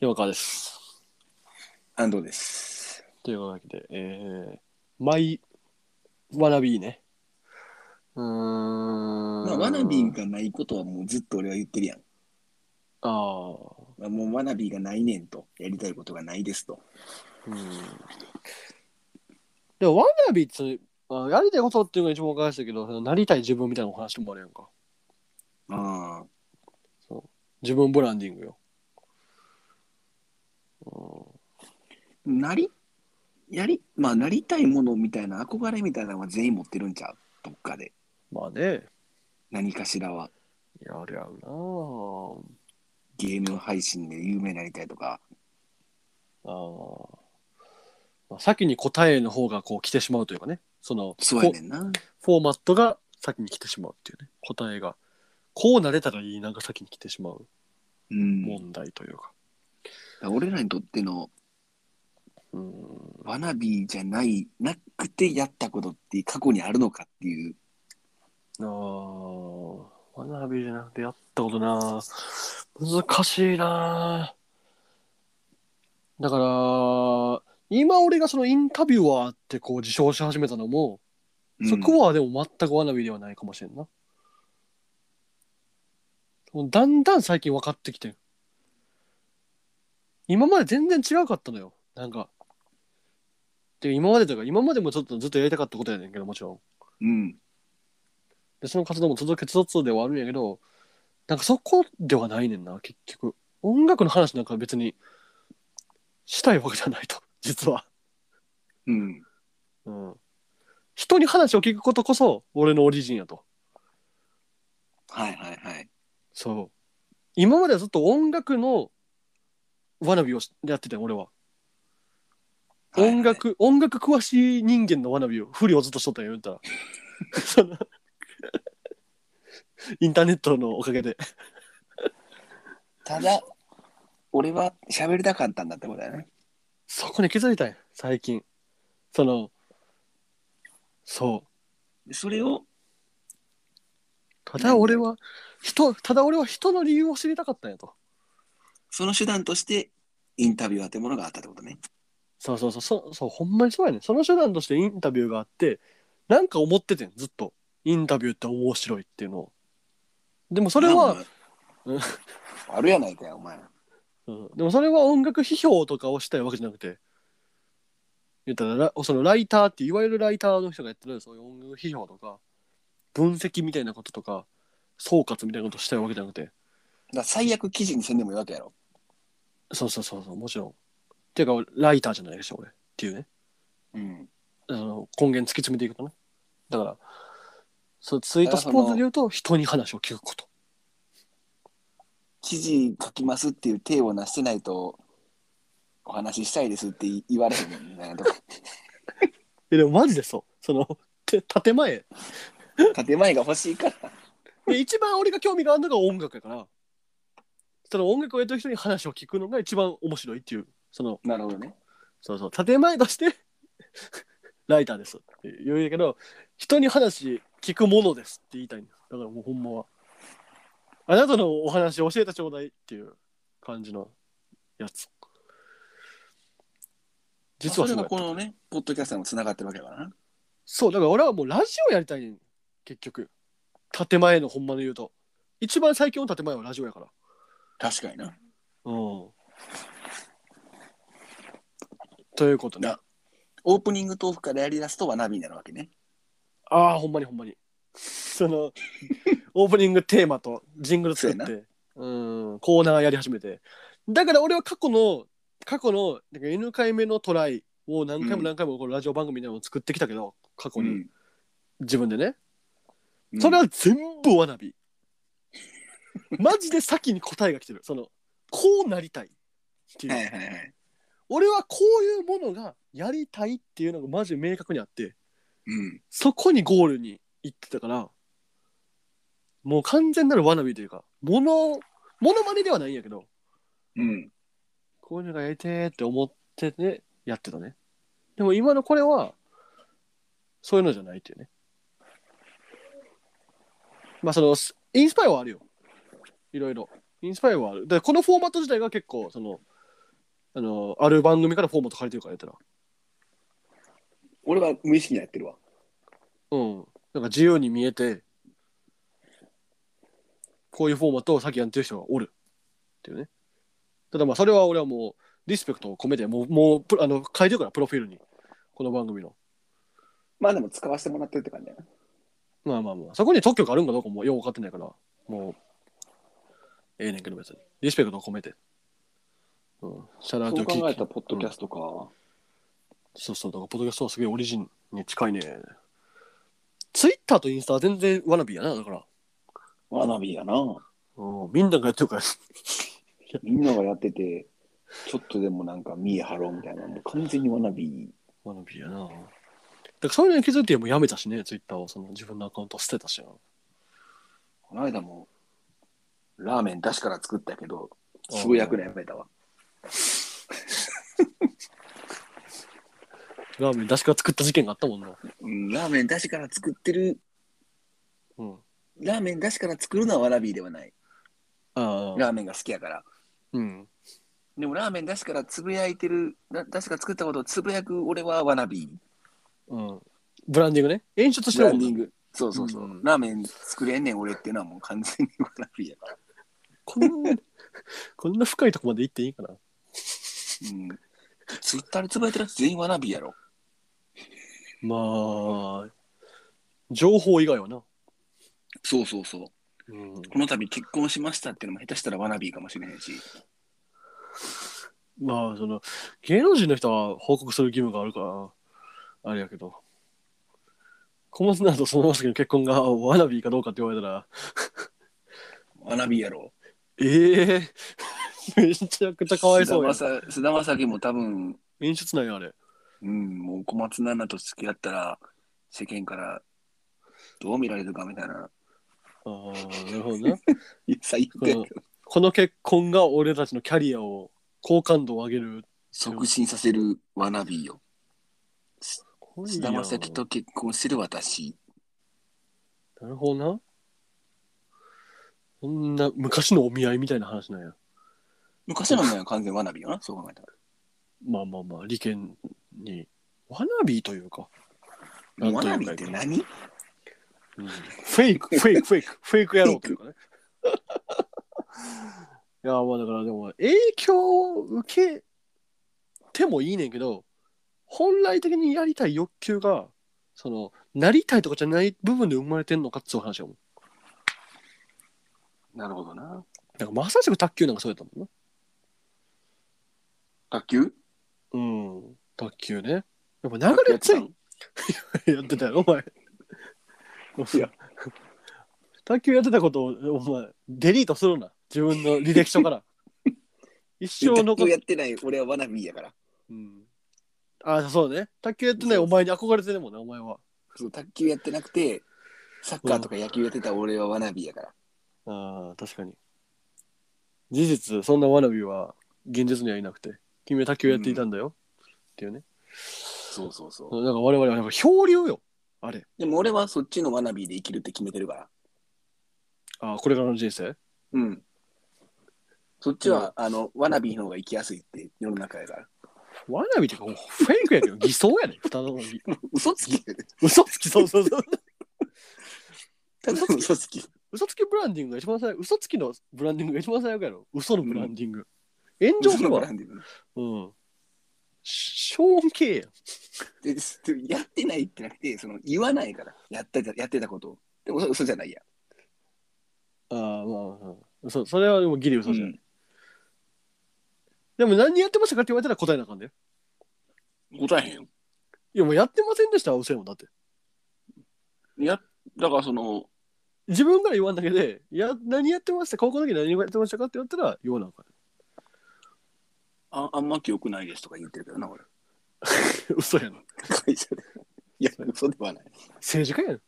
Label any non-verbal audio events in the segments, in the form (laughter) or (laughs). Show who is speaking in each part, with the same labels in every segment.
Speaker 1: 山川です。
Speaker 2: 安藤です。
Speaker 1: というわけで、えー、マイ、ワナビーね。うーん。
Speaker 2: まあ、ワナビーがないことはもうずっと俺は言ってるやん。
Speaker 1: ああ。
Speaker 2: まあ、もうワナビーがないねんと、やりたいことがないですと。
Speaker 1: うん。でも、ワナビーって、まあやりたいことっていうのが一番おかしいけど、そのなりたい自分みたいなお話もあるやんか。
Speaker 2: ああ、
Speaker 1: 自分ブランディングよ。う
Speaker 2: なり、やり、まあ、なりたいものみたいな、憧れみたいなのは全員持ってるんちゃうどっかで。
Speaker 1: ん、まあね、
Speaker 2: 何かしらは、
Speaker 1: やるやるなあ。
Speaker 2: ゲーム配信で有名になりたいとか。
Speaker 1: あーまあ、先に答えの方がこう来てしまうというかねその
Speaker 2: そうやねんな。
Speaker 1: フォーマットが先に来てしまうっていうね答えがこうなれたらいいなが先に来てしまう
Speaker 2: うん。だか
Speaker 1: 問題というか、
Speaker 2: ら俺らにとっての
Speaker 1: うん、
Speaker 2: ワナビーじゃない、なくてやったことって過去にあるのかっていう。
Speaker 1: あーワナビーじゃなくてやったことな難しいなだから今俺がそのインタビュアーってこう自称し始めたのも、そこはでも全くワナビーではないかもしれんなだんだん最近分かってきてる今まで全然違うかったのよなんかで今までというか今までもちょっとずっとやりたかったことやねんけどもちろん
Speaker 2: うん。
Speaker 1: でその活動も続けつつではあるんやけどなんかそこではないねんな結局音楽の話なんか別にしたいわけじゃないと実は
Speaker 2: うん。
Speaker 1: うん人に話を聞くことこそ俺のオリジンやと
Speaker 2: はいはいはい。
Speaker 1: そう。今まではずっと音楽のわなびをしやってたよ、俺は。音
Speaker 2: はいはい
Speaker 1: 楽、音楽詳しい人間のわなびを、不利をずっとしとったよ、言う
Speaker 2: (laughs)
Speaker 1: たら。そのインターネットのおかげで。
Speaker 2: ただ、俺は喋りたかったんだってことだよね。
Speaker 1: そこに気づいたんや、最近。その、そう。
Speaker 2: それを、
Speaker 1: ただ俺は、人、ただ俺は人の理由を知りたかったんやと。
Speaker 2: その手段として、インタビュアーってものがあったってことね。
Speaker 1: そうそうそうそうそうほんまにそうやねんその手段としてインタビューがあってなんか思っててんずっとインタビューって面白いっていうのをでもそれは、
Speaker 2: まあ、あるやないかよ、お前。
Speaker 1: うん、でもそれは音楽批評とかをしたいわけじゃなくて言ったらラそのライターっていわゆるライターの人がやってるそういう音楽批評とか分析みたいなこととか総括みたいなことしたいわけじゃなくて
Speaker 2: だ最悪記事にせんでもいいわけやろ。
Speaker 1: そうそうそうそうもちろんっていうかライターじゃないでしょ俺っていうね
Speaker 2: うん。
Speaker 1: あの根源突き詰めていくとねだからそうツイートスポーツで言うと人に話を聞くこと
Speaker 2: 記事書きますっていう体をなしてないと、お話ししたいですって言われへんみたいなと (laughs) か。
Speaker 1: えでもマジでそうそのて建前
Speaker 2: 建前が欲しいから。
Speaker 1: で一番俺が興味があるのが音楽やからその音楽をやってる人に話を聞くのが一番面白いっていうその
Speaker 2: なるほどね。
Speaker 1: そうそう建前として (laughs) ライターですって言うんやけど人に話聞くものですって言いたいんですだからもうほんまはあなたのお話教えてちょうだいっていう感じのやつ実はそ
Speaker 2: そ
Speaker 1: うや
Speaker 2: れが
Speaker 1: った
Speaker 2: このね、ポッドキャストにもつながってるわけだからな。
Speaker 1: そうだから俺はもうラジオやりたいねん結局建前のほんまの言うと一番最強の建前はラジオやから
Speaker 2: 確かにな。
Speaker 1: うんということね
Speaker 2: なオープニングトークからやりだすと、わナビになるわけね。
Speaker 1: ああほんまにほんまにそのオープニングテーマとジングル作っ
Speaker 2: そう
Speaker 1: てうんコーナーやり始めてだから俺は過去の過去のなんか N 回目のトライを何回も何回もこのラジオ番組でも作ってきたけど、過去に、自分でね、
Speaker 2: うん
Speaker 1: それは全部わなびマジで先に答えが来てるそのこうなりたいっていう、
Speaker 2: はいはいはい。
Speaker 1: 俺はこういうものがやりたいっていうのがマジで明確にあって
Speaker 2: うん。
Speaker 1: そこにゴールに行ってたからもう完全なるわなびというかものものまねではないんやけど
Speaker 2: うん。
Speaker 1: こういうのがやりてーって思っててやってたねでも今のこれはそういうのじゃないっていうねまあそのスインスパイアはあるよいろいろインスパイアはあるでこのフォーマット自体が結構そのあのある番組からフォーマット借りてるからやったら
Speaker 2: 俺は無意識にやってるわ。
Speaker 1: うんなんか自由に見えてこういうフォーマットを先やってる人がおるっていうねただまあそれは俺はもうリスペクトを込めてもうもうプロあの書いてるからプロフィールにこの番組の
Speaker 2: まあでも使わせてもらってるって感じだな。
Speaker 1: まあまあまあそこに特許があるんかどうかもよう分かってないからもうええねんけど別にリスペクトを込めてうんシャラー
Speaker 2: そう
Speaker 1: ト
Speaker 2: 考えたらポッドキャストか。
Speaker 1: そうそう、だから、ポッドキャストはすげえオリジンに近いね。ツイッターとインスタは全然ワナビーやな、だから。
Speaker 2: ワナビーやな。
Speaker 1: うん、みんながやってるから。
Speaker 2: みんながやってて、ちょっとでもなんか見え張ろうみたいな。もう完全にワナビ
Speaker 1: ワナビーやな。だから、そういうのに気づいてもうやめたしね、ツイッターを、その自分のアカウント捨てたしな。
Speaker 2: ー。この間も、ラーメン出しから作ったけど、すごい焼くのやめたわ。
Speaker 1: ラーメン出しから作った事件があったもんな。
Speaker 2: うん、ラーメン出しから作ってる、
Speaker 1: うん。あ
Speaker 2: ラーメン出しから作るのはワナビーではない。
Speaker 1: あ。
Speaker 2: ラーメンが好きやから。
Speaker 1: うん。
Speaker 2: でもラーメン出しからつぶやいてる、な出しから作ったことをつぶやく俺はワナビー。
Speaker 1: うん。ブランディングね。演出して
Speaker 2: ブ
Speaker 1: る
Speaker 2: ラ
Speaker 1: も
Speaker 2: ン
Speaker 1: んな
Speaker 2: ディング。そうそうそう。
Speaker 1: うん
Speaker 2: ラーメン作れんねん俺っていうのはもう完全にワナビーやから。
Speaker 1: こんな、こんな深いとこまで行っていいかな。
Speaker 2: うん。ツイッターでつぶやいてるやつ全員ワナビーやろ。
Speaker 1: まあ、情報以外はな。
Speaker 2: そうそうそう。
Speaker 1: うん。
Speaker 2: この度結婚しましたっていうのも下手したらワナビーかもしれへんし。
Speaker 1: まあその芸能人の人は報告する義務があるからあれやけど小松菜とそのまさの結婚がワナビーかどうかって言われたら
Speaker 2: ワナビーやろ。
Speaker 1: ええ (laughs) めちゃくちゃかわいそうやん
Speaker 2: 菅田将菅田将暉も多分、
Speaker 1: 演出なんやあれ
Speaker 2: うん、もう小松菜奈と付き合ったら、世間からどう見られるかみたいな。
Speaker 1: あーなるほど
Speaker 2: (laughs)
Speaker 1: な
Speaker 2: 最
Speaker 1: このこの結婚が俺たちのキャリアを好感度を上げる
Speaker 2: 促進させるワナビーよ。菅田将暉と
Speaker 1: な
Speaker 2: 結婚してる私。
Speaker 1: るほどなそんな昔のお見合いみたいな話なんや
Speaker 2: 昔のものは完全ワナビーよな、そう考えたら。
Speaker 1: まあまあまあ利権にワナビーというかなん
Speaker 2: ワ
Speaker 1: とい
Speaker 2: ナ
Speaker 1: う
Speaker 2: ビ
Speaker 1: か
Speaker 2: ーって何
Speaker 1: フェイク、フェイク、フェイク、フェイク野郎というかね。 (laughs) いや、まあだからでも、影響を受けてもいいねんけど、本来的にやりたい欲求が、その、なりたいとかじゃない部分で生まれてんのかっつう話やもん。
Speaker 2: なるほどな。
Speaker 1: だからまさしく卓球なんかそうやったもんな。
Speaker 2: 卓球
Speaker 1: うん、卓球ね。やっぱ流れついやってたよ、お前。
Speaker 2: いや
Speaker 1: 卓球やってたことを、お前、デリートするな。自分の履歴書 (laughs) から。一生
Speaker 2: 卓
Speaker 1: 残
Speaker 2: 球
Speaker 1: っ
Speaker 2: やってない俺はワナビーやから。
Speaker 1: うん、あ、そうね。卓球やってないお前に憧れてるもんね、お前は。
Speaker 2: そう卓球やってなくて、サッカーとか野球やってた俺はワナビーやから。
Speaker 1: ああ、確かに。事実、そんなワナビは現実にはいなくて、君は卓球やっていたんだよ。っていうね。
Speaker 2: そうそうそう。
Speaker 1: なんか我々はなんか漂流よ。あれ。
Speaker 2: でも俺はそっちのワナビーで生きるって決めてるから。
Speaker 1: あこれからの人生。
Speaker 2: うん。そっちは、あの、ワナビーの方が生きやすいって世の中やから。
Speaker 1: ワナビってか、もうフェイクやけど、偽装やね。二つともに
Speaker 2: 嘘つき
Speaker 1: 嘘つき、そうそうそう。
Speaker 2: ただの嘘つき。
Speaker 1: 嘘つきブランディングが一番最悪嘘つきのブランディングが一番最悪やろ嘘のブランディング、炎上す
Speaker 2: 嘘の
Speaker 1: る
Speaker 2: ブ
Speaker 1: わ
Speaker 2: ランディング
Speaker 1: うんショーン系やん
Speaker 2: でしやってないってなくて、その言わないから、やってたやってたことを。でも嘘嘘じゃないや。
Speaker 1: ああまあ嘘それはでもギリ嘘じゃん、
Speaker 2: ん
Speaker 1: でも何やってましたかって言われたら答えなあかんだよ
Speaker 2: 答えへんよ。
Speaker 1: いやもうやってませんでしたは嘘やもんだって
Speaker 2: や、だからその、
Speaker 1: 自分から言わんだけでいや何やってました高校の時何やってましたかって言われたら言わなあかん
Speaker 2: ああんま記憶ないですとか言ってるけどな、俺。
Speaker 1: (laughs) 嘘やな
Speaker 2: 会社で。 (laughs) いや、嘘ではない。
Speaker 1: 政治家やん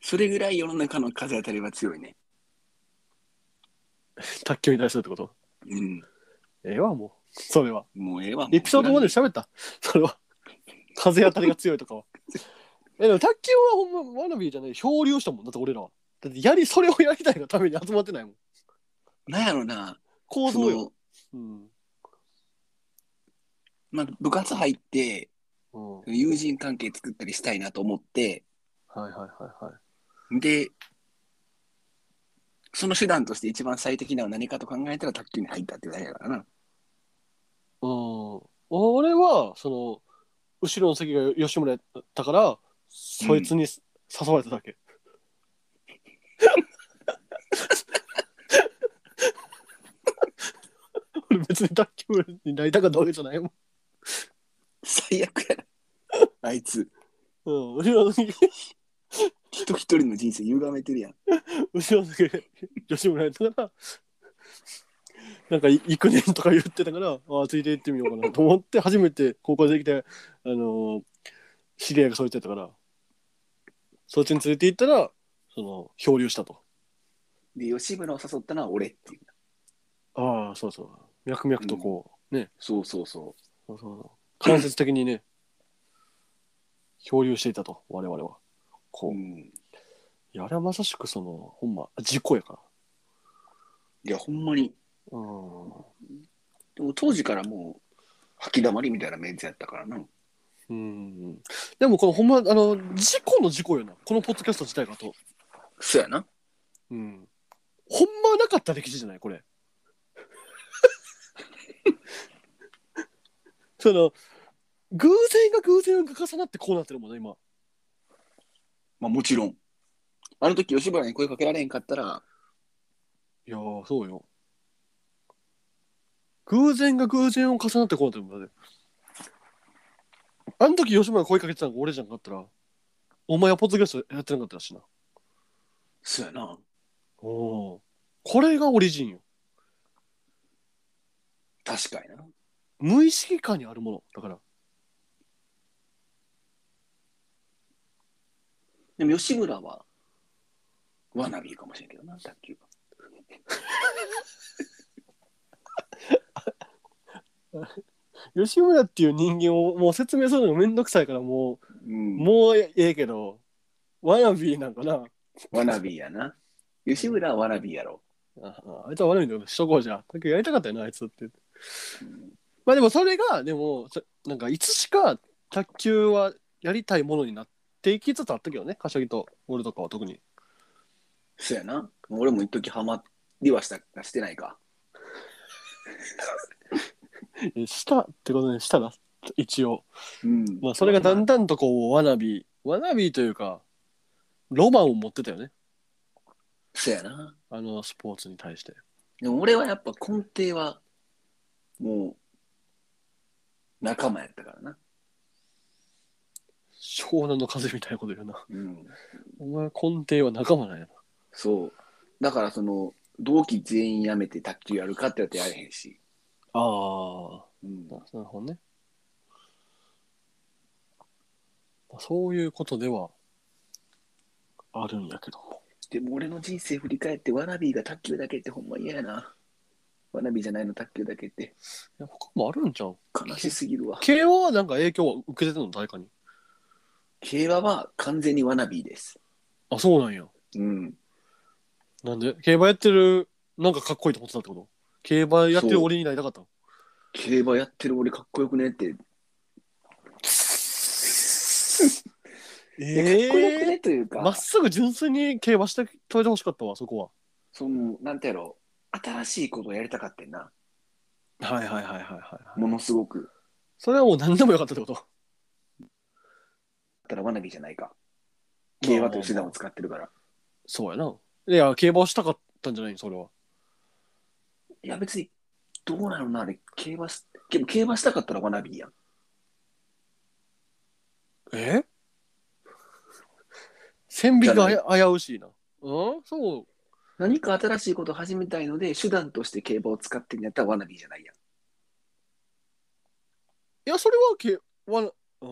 Speaker 2: それぐらい世の中の風当たりは強いね。
Speaker 1: 卓球に対するってこと
Speaker 2: うん。
Speaker 1: ええわもうそれは
Speaker 2: もうええわ。もう
Speaker 1: エピソード1で喋った。 (laughs) それは。風当たりが強いとかは。 (laughs) え、でも卓球はほんま、ワナビーじゃない、漂流したもんだって俺らは。だってやり、それをやりたいがために集まってないもん。
Speaker 2: なんやろな、
Speaker 1: 構
Speaker 2: そ
Speaker 1: 造よ。
Speaker 2: の、
Speaker 1: うん。
Speaker 2: まあ、部活入って、
Speaker 1: うん。はい
Speaker 2: 友人関係作ったりしたいなと思って、
Speaker 1: はいはいはい。
Speaker 2: で、その手段として一番最適なのは何かと考えたら卓球に入ったってだけだからな。
Speaker 1: うん。俺は、その、後ろの席が吉村やったから、そいつに誘われただけ。 (laughs) 俺別に卓球部になりたかったわけじゃないもん。
Speaker 2: 最悪やな。あいつ、
Speaker 1: うん、後ろの席、
Speaker 2: 人一人の人生歪めてるやん。
Speaker 1: 後ろの席が吉村やったから、なんかい行くねんとか言ってたから、ああ、ついて行ってみようかなと思って、初めて高校できて、あのー知り合いがそいつやったから、そっちに連れて行ったら、その、漂流したと。
Speaker 2: で、吉村を誘ったのは俺っていう。
Speaker 1: ああ、そうそう。脈々とこう、ね、
Speaker 2: そうそうそ
Speaker 1: そうそうそう間接的にね、漂流していたと、我々は。
Speaker 2: う。
Speaker 1: こう。
Speaker 2: う
Speaker 1: い
Speaker 2: ん。
Speaker 1: や、あれはまさしくその、ほんま、事故やから。
Speaker 2: いや、ほんまに。
Speaker 1: うん。
Speaker 2: でも当時からもう、吐き溜まりみたいなメンツやったからな。
Speaker 1: うん。でも、このほんま、あの、事故の事故よな。このポッドキャスト自体がと。
Speaker 2: そうやな。
Speaker 1: うん。ほんまなかった歴史じゃないこれ。 (laughs) その、偶然が偶然が重なってこうなってるもんね、今。
Speaker 2: まあもちろん。あの時吉村に声かけられへんかったら、
Speaker 1: いやー、そうよ。偶然が偶然を重なってこうなってるもんだね。あの時吉村が声かけてたのが俺じゃなかったら、お前はポッドキャストやってなかったらしな。
Speaker 2: そうやな。
Speaker 1: おお。これがオリジンよ。
Speaker 2: 確かにな。
Speaker 1: 無意識下にあるもの。だから。
Speaker 2: でも吉村は、ワナビーかもしれんけどな、卓球は。
Speaker 1: 吉村っていう人間をもう説明するのがめんどくさいからも
Speaker 2: う
Speaker 1: う、
Speaker 2: ん。
Speaker 1: もうええけど、ワナビーなんかな。
Speaker 2: ワナビーやな。吉村はワナビーやろ。
Speaker 1: ああいつはワナビーのことしとこうじゃん。だけどやりたかったよな、あいつって。まあでもそれがでもそなんかいつしか卓球はやりたいものになっていきつつあったけどね柏木と俺とかは特に
Speaker 2: そうやな。俺も一時ハマりはしたかしてないか。
Speaker 1: えしたってことねしたら一応
Speaker 2: うん
Speaker 1: まあそれがだんだんとこうわなびわなびというかロマンを持ってたよね
Speaker 2: そうやな。
Speaker 1: あのスポーツに対して
Speaker 2: でも俺はやっぱ根底は、もう、仲間やったからな。
Speaker 1: 湘南の風みたいなこと言うな
Speaker 2: うん。
Speaker 1: お前根底は仲間なんやな
Speaker 2: そう。だからその、同期全員辞めて卓球やるかってやってやれへんし。
Speaker 1: ああ
Speaker 2: うん
Speaker 1: ななるほどね。まあそういうことではあるんやけども。
Speaker 2: でも俺の人生振り返って、ワナビーが卓球だけってほんま嫌やな。ワナビーじゃないの卓球だけって
Speaker 1: いや他もあるんじゃん。
Speaker 2: 悲しすぎるわ。 (laughs)
Speaker 1: 慶応はなんか影響は受けてたの誰かに。
Speaker 2: 競馬は完全にワナビーです。
Speaker 1: あ、そうなんや。
Speaker 2: うん。
Speaker 1: なんで競馬やってる、なんかかっこいいと思ってたってこと競馬やってる
Speaker 2: そう
Speaker 1: 俺になりたかったの
Speaker 2: 競馬やってる俺かっこよくねって。
Speaker 1: (laughs) え
Speaker 2: かっこよくねというか、
Speaker 1: まっすぐ純粋に競馬してといてほしかったわ、そこ
Speaker 2: その、なんてやろう、新しいことをやりたかったん
Speaker 1: は。
Speaker 2: な。
Speaker 1: はいはいはいはいはい。
Speaker 2: ものすごく。
Speaker 1: それはもう何でもよかったってこと
Speaker 2: だったらワナビーじゃないか。競馬という手段を使ってるから。
Speaker 1: そうやな。いや、競馬をしたかったんじゃないのそれは。
Speaker 2: いや、別に、どうなのな、あれ、競馬し、でも競馬したかったらワナビーやん。
Speaker 1: え線引きがあや危うしいな。うんそう。
Speaker 2: 何か新しいことを始めたいので、手段として競馬を使ってんやったらワナビーじゃないやん。
Speaker 1: いや、それはけ、わな、うんそ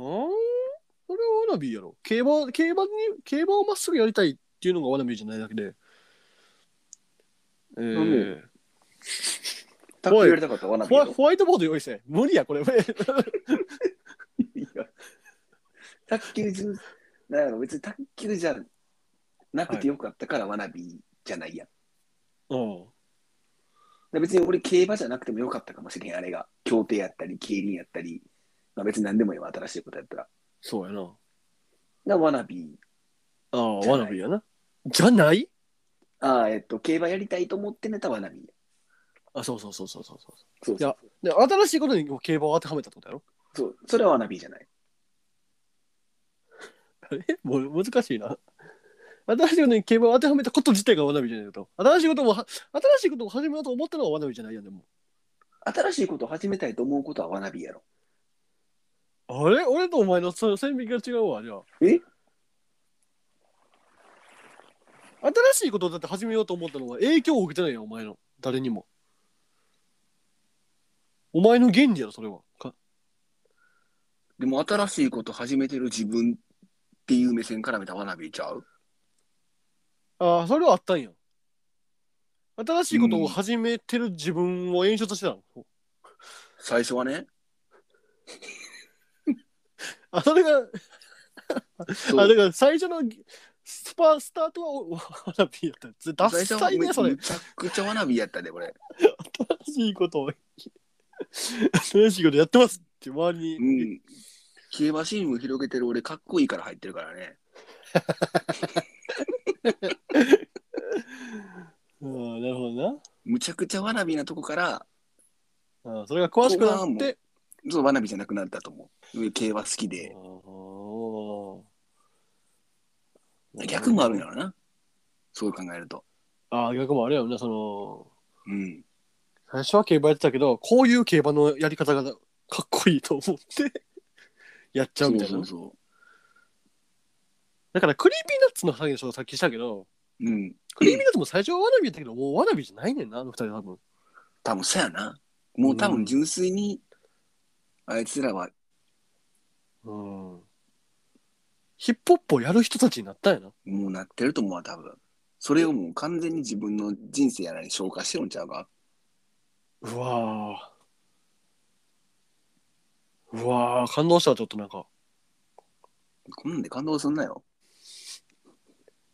Speaker 1: れはワナビーやろ。競馬、競馬に、競馬をまっすぐやりたいっていうのがワナビーじゃないだけで。え
Speaker 2: なん
Speaker 1: ー
Speaker 2: で、卓球やりたかったらワナビ
Speaker 1: ホ
Speaker 2: ーや
Speaker 1: ワ
Speaker 2: ろ
Speaker 1: ホワイトボード用意せ。無理や、これ。 (laughs)
Speaker 2: いや、卓球じゅ、なんやろ、別に卓球じゃなくてよかったから、わなびじゃないやん。
Speaker 1: うん。
Speaker 2: で別に俺、競馬じゃなくてもよかったかもしれん、あれが。競艇やったり、競輪やったり、まあ、別に何でもいいわ、新しいことやったら。
Speaker 1: そうやな。
Speaker 2: な、ワナビー。
Speaker 1: ああ、
Speaker 2: じゃ
Speaker 1: わ
Speaker 2: ない
Speaker 1: なびやな。じゃない
Speaker 2: ああ、えっと、競馬やりたいと思ってねたワナビー。
Speaker 1: あ、そうそうそうそうそうそう。
Speaker 2: そうそうそう
Speaker 1: で新しいことにも競馬を当てはめたってことやろ
Speaker 2: そう。それはワナビーじゃない。
Speaker 1: あれもう難しいな。新しいことに競馬を当てはめたこと自体がわなびじゃないと。新しいこともは、新しいことを始めようと思ったのはわなびじゃないやんでも。
Speaker 2: 新しいことを始めたいと思うことはワナビーやろ。
Speaker 1: あれ俺とお前のその線引きが違うわ、じゃあ。
Speaker 2: え
Speaker 1: 新しいことをだって始めようと思ったのは影響を受けてないやん、お前の。誰にも。お前の原理やろ、それは。か
Speaker 2: でも、新しいことを始めてる自分っていう目線から見たワナビーちゃう
Speaker 1: ああ、それはあったんや。新しいことを始めてる自分を演出してたの。
Speaker 2: 最初はね。
Speaker 1: あ、それが、
Speaker 2: そう
Speaker 1: あだから最初のスパスタートはおお花火やったずダ
Speaker 2: 最初
Speaker 1: ッ
Speaker 2: は
Speaker 1: サいねそれ
Speaker 2: めちゃくちゃワナビーやったで、俺。
Speaker 1: 新しいことを新しいことやってますって周り
Speaker 2: う
Speaker 1: に、
Speaker 2: ん。競馬シーンを広げてる俺、かっこいいから入ってるからね。
Speaker 1: うん、なるほど
Speaker 2: むちゃくちゃワナビーなとこから、
Speaker 1: な、うん、それが詳しくな
Speaker 2: ここ
Speaker 1: っ
Speaker 2: がも
Speaker 1: て
Speaker 2: そう、ワナビーじゃなくなったと思う。競馬好きで。
Speaker 1: あー
Speaker 2: 逆もあるんやろな。そう考えると。
Speaker 1: あー逆もあるやろなその
Speaker 2: うん。
Speaker 1: 最初は競馬やってたけどこういう競馬のやり方がかっこいいと思ってやっちゃうみたいな
Speaker 2: そうそうそ
Speaker 1: だからクリーピーナッツの話をさっきしたけど
Speaker 2: う。うん。
Speaker 1: クリーピーナッツも最初はワナビやったけどもうワナビじゃないねんなあの二人多分
Speaker 2: 多分そうやな。もう多分純粋に、あいつらは、
Speaker 1: うんヒップホップをやる人たちになったんやな。
Speaker 2: もうなってると思うわ、多分。それをもう完全に自分の人生やらに消化してるんちゃうか。
Speaker 1: うわーうわー感動したわちょっとなんか。
Speaker 2: こんなんで感動すんなよ。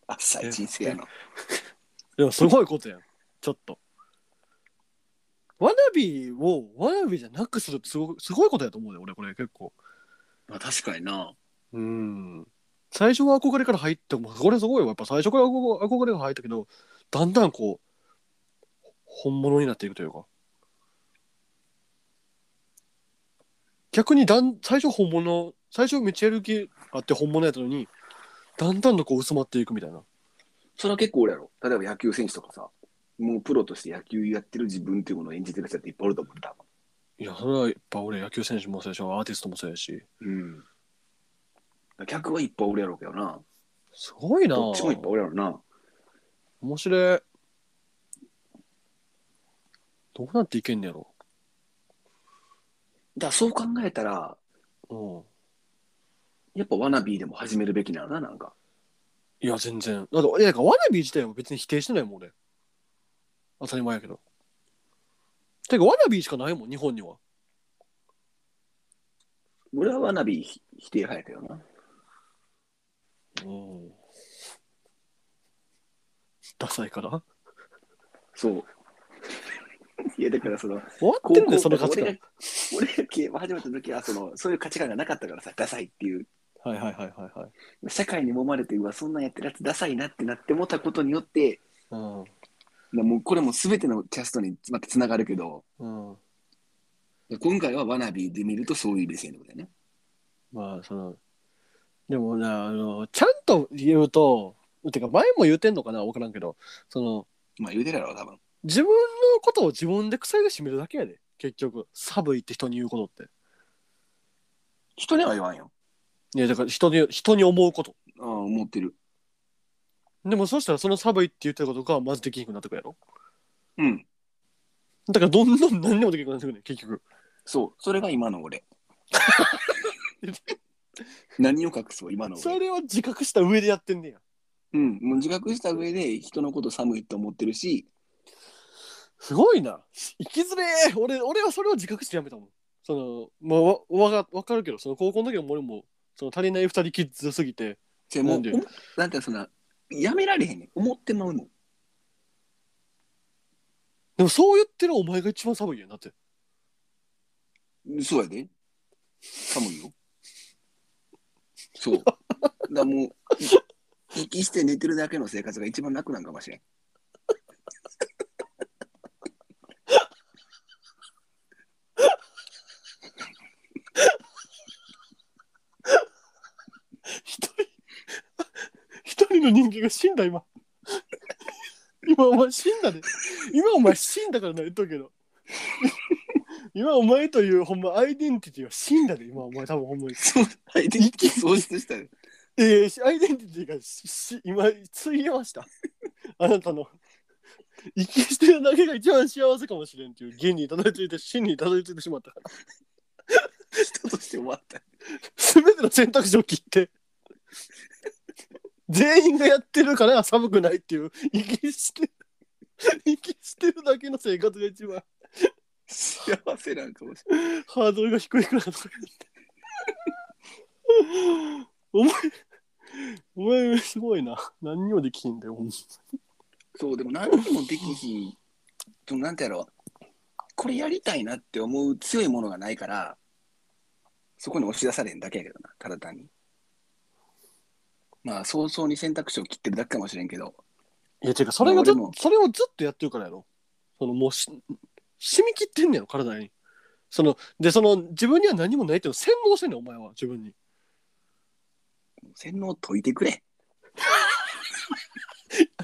Speaker 2: あっさい人生やな。
Speaker 1: でもすごいことやん。ちょっと。ワナビーをワナビーじゃなくするってすごすごいことやと思うよ、俺これ結構。
Speaker 2: まあ確かにな。
Speaker 1: うん。最初は憧れから入っても、これすごいわ。やっぱ最初から憧憧れが入ったけど、だんだんこう、本物になっていくというか。逆にだん最初本物、最初道歩きあって本物やったのに、だんだんとこう薄まっていくみたいな。
Speaker 2: それは結構俺やろ。例えば野球選手とかさ、もうプロとして野球やってる自分っていうものを演じてる人っていっぱいおると思う多
Speaker 1: いや、それはやっぱ俺野球選手もそうやし、アーティストもそうやし。
Speaker 2: 分。うん。客はいっぱいおるやろうけどな。
Speaker 1: すごいな
Speaker 2: どっちもいっぱいおるやろな。
Speaker 1: 面白い。どうなっていけんねやろ。
Speaker 2: だからそう考えたら、
Speaker 1: うん。
Speaker 2: やっぱワナビーでも始めるべきなのな、なんか。
Speaker 1: いや、全然。だって、いや、なんかワナビー自体は別に否定してないもん、俺。当たり前やけど。てか、ワナビーしかないもん、日本には。
Speaker 2: 俺はワナビーひ否定派やけどな。
Speaker 1: うん。ダサいから。終
Speaker 2: そう。 (laughs) いや、だからその、
Speaker 1: わってるね、その価値
Speaker 2: 俺
Speaker 1: 観
Speaker 2: が。俺が競馬始めた時はその、そういう価値観がなかったからさ、ダサいっていう。
Speaker 1: はいはいはいはいはい。
Speaker 2: 社会に揉まれて、うわ、そんなんやってるやつダサいなってなって思ったことによって、
Speaker 1: うん。
Speaker 2: なもうこれも全てのキャストにまたつながるけど、
Speaker 1: うん。
Speaker 2: 今回はワナビーで見るとそういう目線のことだよね。
Speaker 1: まあ、その、でもな、あの、ちゃんと言うと、てか、前も言うてんのかな、わからんけど、その、
Speaker 2: まあ言うてるやろ、多分。
Speaker 1: 自分のことを自分で臭いが占めるだけやで、結局。寒いって人に言うことって。
Speaker 2: 人には言わんよ。
Speaker 1: いや、だから人に、人に思うこと。
Speaker 2: ああ、思ってる。
Speaker 1: でもそしたらその寒いって言ってることがまずできなくなってくるやろ
Speaker 2: うん。
Speaker 1: だからどんどん何でもできなくなってくるねん結局
Speaker 2: そう。それが今の
Speaker 1: (laughs)
Speaker 2: 俺。何を隠そう、今の
Speaker 1: そ
Speaker 2: 俺。
Speaker 1: れを自覚した上でやってんねや
Speaker 2: うん。もう自覚した上で人のこと寒いって思ってるし、
Speaker 1: すごいな生きづれえ俺俺はそれを自覚してやめたもんそのまあわわがわかるけどその高校の時も俺もその足りない二人キッズすぎて
Speaker 2: じゃあも
Speaker 1: な
Speaker 2: うん
Speaker 1: で
Speaker 2: おもなんていうのそんな、やめられへんねん。思ってまうの。
Speaker 1: でもそう言ってるお前が一番寒いやんだって
Speaker 2: そうやで。寒いよ。そう。だもう、い息して寝てるだけの生活が一番楽なんかもしれん。
Speaker 1: 一人一人の人間が死んだ今今お前死んだで今お前死んだからな言っとくけど今お前というほんまアイデンティティは死んだで今お前多分ほんまに
Speaker 2: そう、 (laughs) 相手に喪失したよ。
Speaker 1: えー、アイデンティティがしし今ついえましたあなたの生きしてるだけが一番幸せかもしれんっていう現にたどり着いて真にたどり着いてしまった
Speaker 2: 人として終わった。
Speaker 1: 全ての選択肢を切って全員がやってるから寒くないっていう息して息してるだけの生活が一番
Speaker 2: 幸せなんかもし
Speaker 1: ハードルが低いからとか言ってお前お前すごいな何にもできひんだよほんま
Speaker 2: れん。そう、でも何にもできひん。そのなんてやろう。これやりたいなって思う強いものがないから、そこに押し出されんだけやけどな、ただ単に。まあ、早々に選択肢を切ってるだけかもしれんけど。
Speaker 1: いや違うそれがずっ
Speaker 2: まあ俺も
Speaker 1: それをずっとやってるからやろそのもうし染み切ってんねやろ体にそのでその自分には何もないっていうのを洗脳してんねんお前は自分に
Speaker 2: 洗脳を解いてくれ。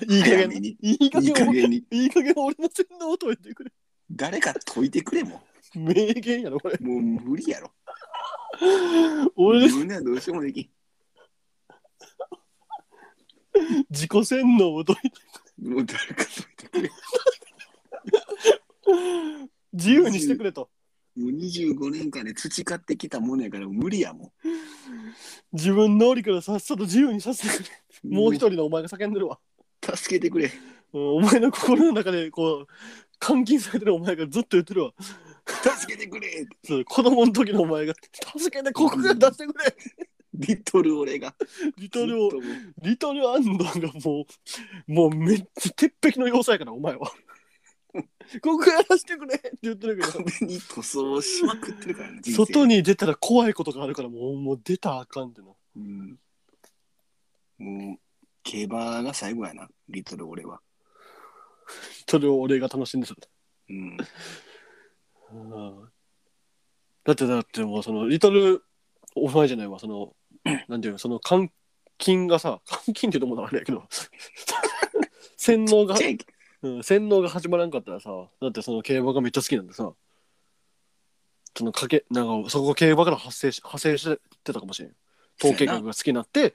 Speaker 1: いい加
Speaker 2: 早
Speaker 1: 減
Speaker 2: めに。
Speaker 1: いい加
Speaker 2: いい
Speaker 1: 減
Speaker 2: 加減に。
Speaker 1: いい加減俺の洗脳を解いてくれ。
Speaker 2: 誰か解いてくれも
Speaker 1: 名言やろ、これ。
Speaker 2: (laughs) う。もう無理やろ。
Speaker 1: 俺
Speaker 2: 自、分ではどうしようもできん。
Speaker 1: 自己洗脳を解いて。
Speaker 2: もう誰か解いてくれ。
Speaker 1: 自由にしてくれと。
Speaker 2: もう25年間で培ってきたものやから無理やも
Speaker 1: 自分のりからさっさと自由にさせてくれ。
Speaker 2: ん。
Speaker 1: もう一人のお前が叫んでるわ。
Speaker 2: 人。助けてくれ。
Speaker 1: うん、お前の心の中で、こう、監禁されてるお前がずっと言ってるわ。
Speaker 2: 助けてくれ。
Speaker 1: そう子供の時のお前が、助けて、ここから出してくれ。
Speaker 2: リトル俺が。
Speaker 1: リトルを
Speaker 2: ずっともう
Speaker 1: リトルアンドンがもう、もうめっちゃ鉄壁の要塞やから、お前
Speaker 2: (laughs)
Speaker 1: は。ここから出してくれって言ってるけど。
Speaker 2: 壁に塗装しまくってるからね。人生
Speaker 1: 外に出たら怖いことがあるからもうもう出たらあかんってな
Speaker 2: うんもう、競馬が最後やな。リトル俺は。
Speaker 1: それを俺が楽しんでた、
Speaker 2: うん。
Speaker 1: だってだってもうそのリトルお前じゃないわそのなんていうのその監禁がさ監禁って言うともうあれやけど洗脳が
Speaker 2: じ、ゃあ
Speaker 1: うん、洗脳が始まらんかったらさだってその競馬がめっちゃ好きなんでさそのかけなんかそこ競馬から発生し派生してたかもしれん統計学が好きになって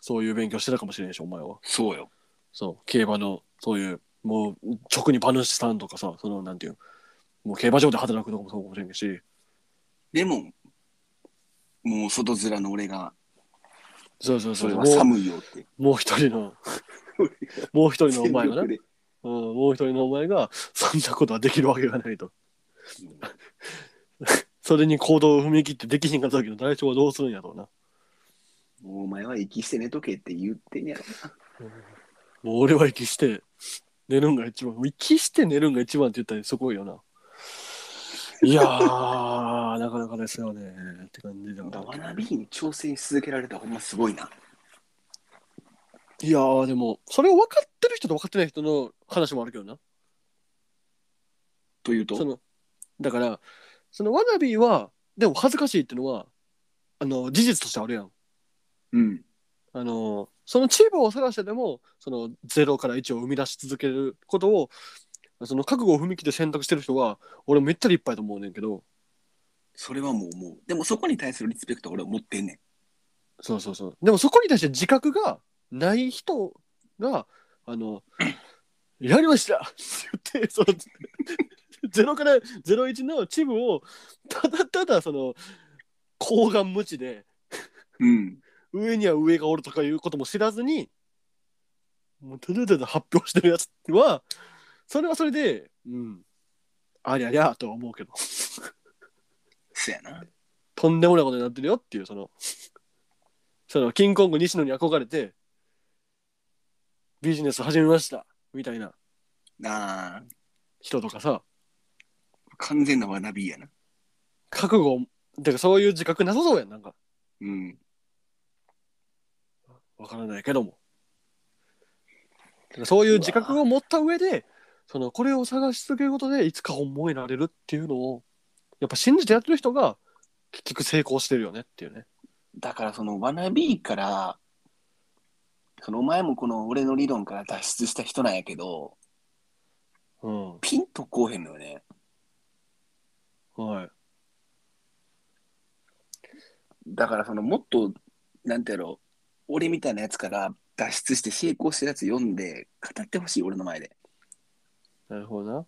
Speaker 1: そういう勉強してたかもしれんしお前は
Speaker 2: そうよ。
Speaker 1: そう競馬のそういうもう直に馬主さんとかさそのなんていうもう競馬場で働くとかもそうかもしれんし
Speaker 2: でも、もう外面の俺が、
Speaker 1: そうそう
Speaker 2: そ
Speaker 1: そう
Speaker 2: れ
Speaker 1: も
Speaker 2: は
Speaker 1: う
Speaker 2: 寒いよって。
Speaker 1: もう一人 (laughs) のもう一人のお前がな、う
Speaker 2: 全力
Speaker 1: ん、
Speaker 2: で
Speaker 1: もう一人のお前がそんなことはできるわけがないと (laughs) それに行動を踏み切ってできひんかった時の代償はどうするんやろうな
Speaker 2: もうお前は息して寝とけって言ってんやろな。
Speaker 1: もう俺は息して寝るんが一番もう息して寝るんが一番って言ったらすごいよないやーなかなかですよねって感じだから
Speaker 2: 学びに挑戦し続けられたらほんますごいな。
Speaker 1: いやーでもそれを分かってる人と分かってない人の話もあるけどな
Speaker 2: という
Speaker 1: そ
Speaker 2: と、
Speaker 1: のだからそのワナビーはでも恥ずかしいっていうのはあの事実としてあるやん
Speaker 2: うん。
Speaker 1: あのそのチームを探してでもその0から1を生み出し続けることをその覚悟を踏み切って選択してる人は俺めっちゃ立派やと思うねんけど
Speaker 2: それはもう思う。でもそこに対するリスペクトは俺は持ってんねん。
Speaker 1: そうそうそうでもそこに対して自覚がない人があの「やりました!」って言ってその (laughs) ゼロからゼロ一のチームをただただその高顔無知で
Speaker 2: うん。
Speaker 1: 上には上がおるとかいうことも知らずにもうただただ発表してるやつはそれはそれでうんありゃりゃとは思うけど
Speaker 2: そやな。
Speaker 1: とんでもないことになってるよっていうそのそのキングコング西野に憧れてビジネス始めましたみたいな
Speaker 2: ああ。
Speaker 1: 人とかさ
Speaker 2: 完全なわなびやな。
Speaker 1: 覚悟てかそういう自覚なさそうやんなんか
Speaker 2: うん。
Speaker 1: わからないけどもてかそういう自覚を持った上でそのこれを探し続けることでいつか思いられるっていうのをやっぱ信じてやってる人が結局成功してるよねっていうね
Speaker 2: だからそのわなびから、そのお前もこの俺の理論から脱出した人なんやけど、
Speaker 1: うん
Speaker 2: ピンとこうへんのよね。
Speaker 1: はい
Speaker 2: だからそのもっと、なんてやろう、俺みたいなやつから脱出して成功したやつ読んで、語ってほしい、俺の前で。
Speaker 1: なるほどな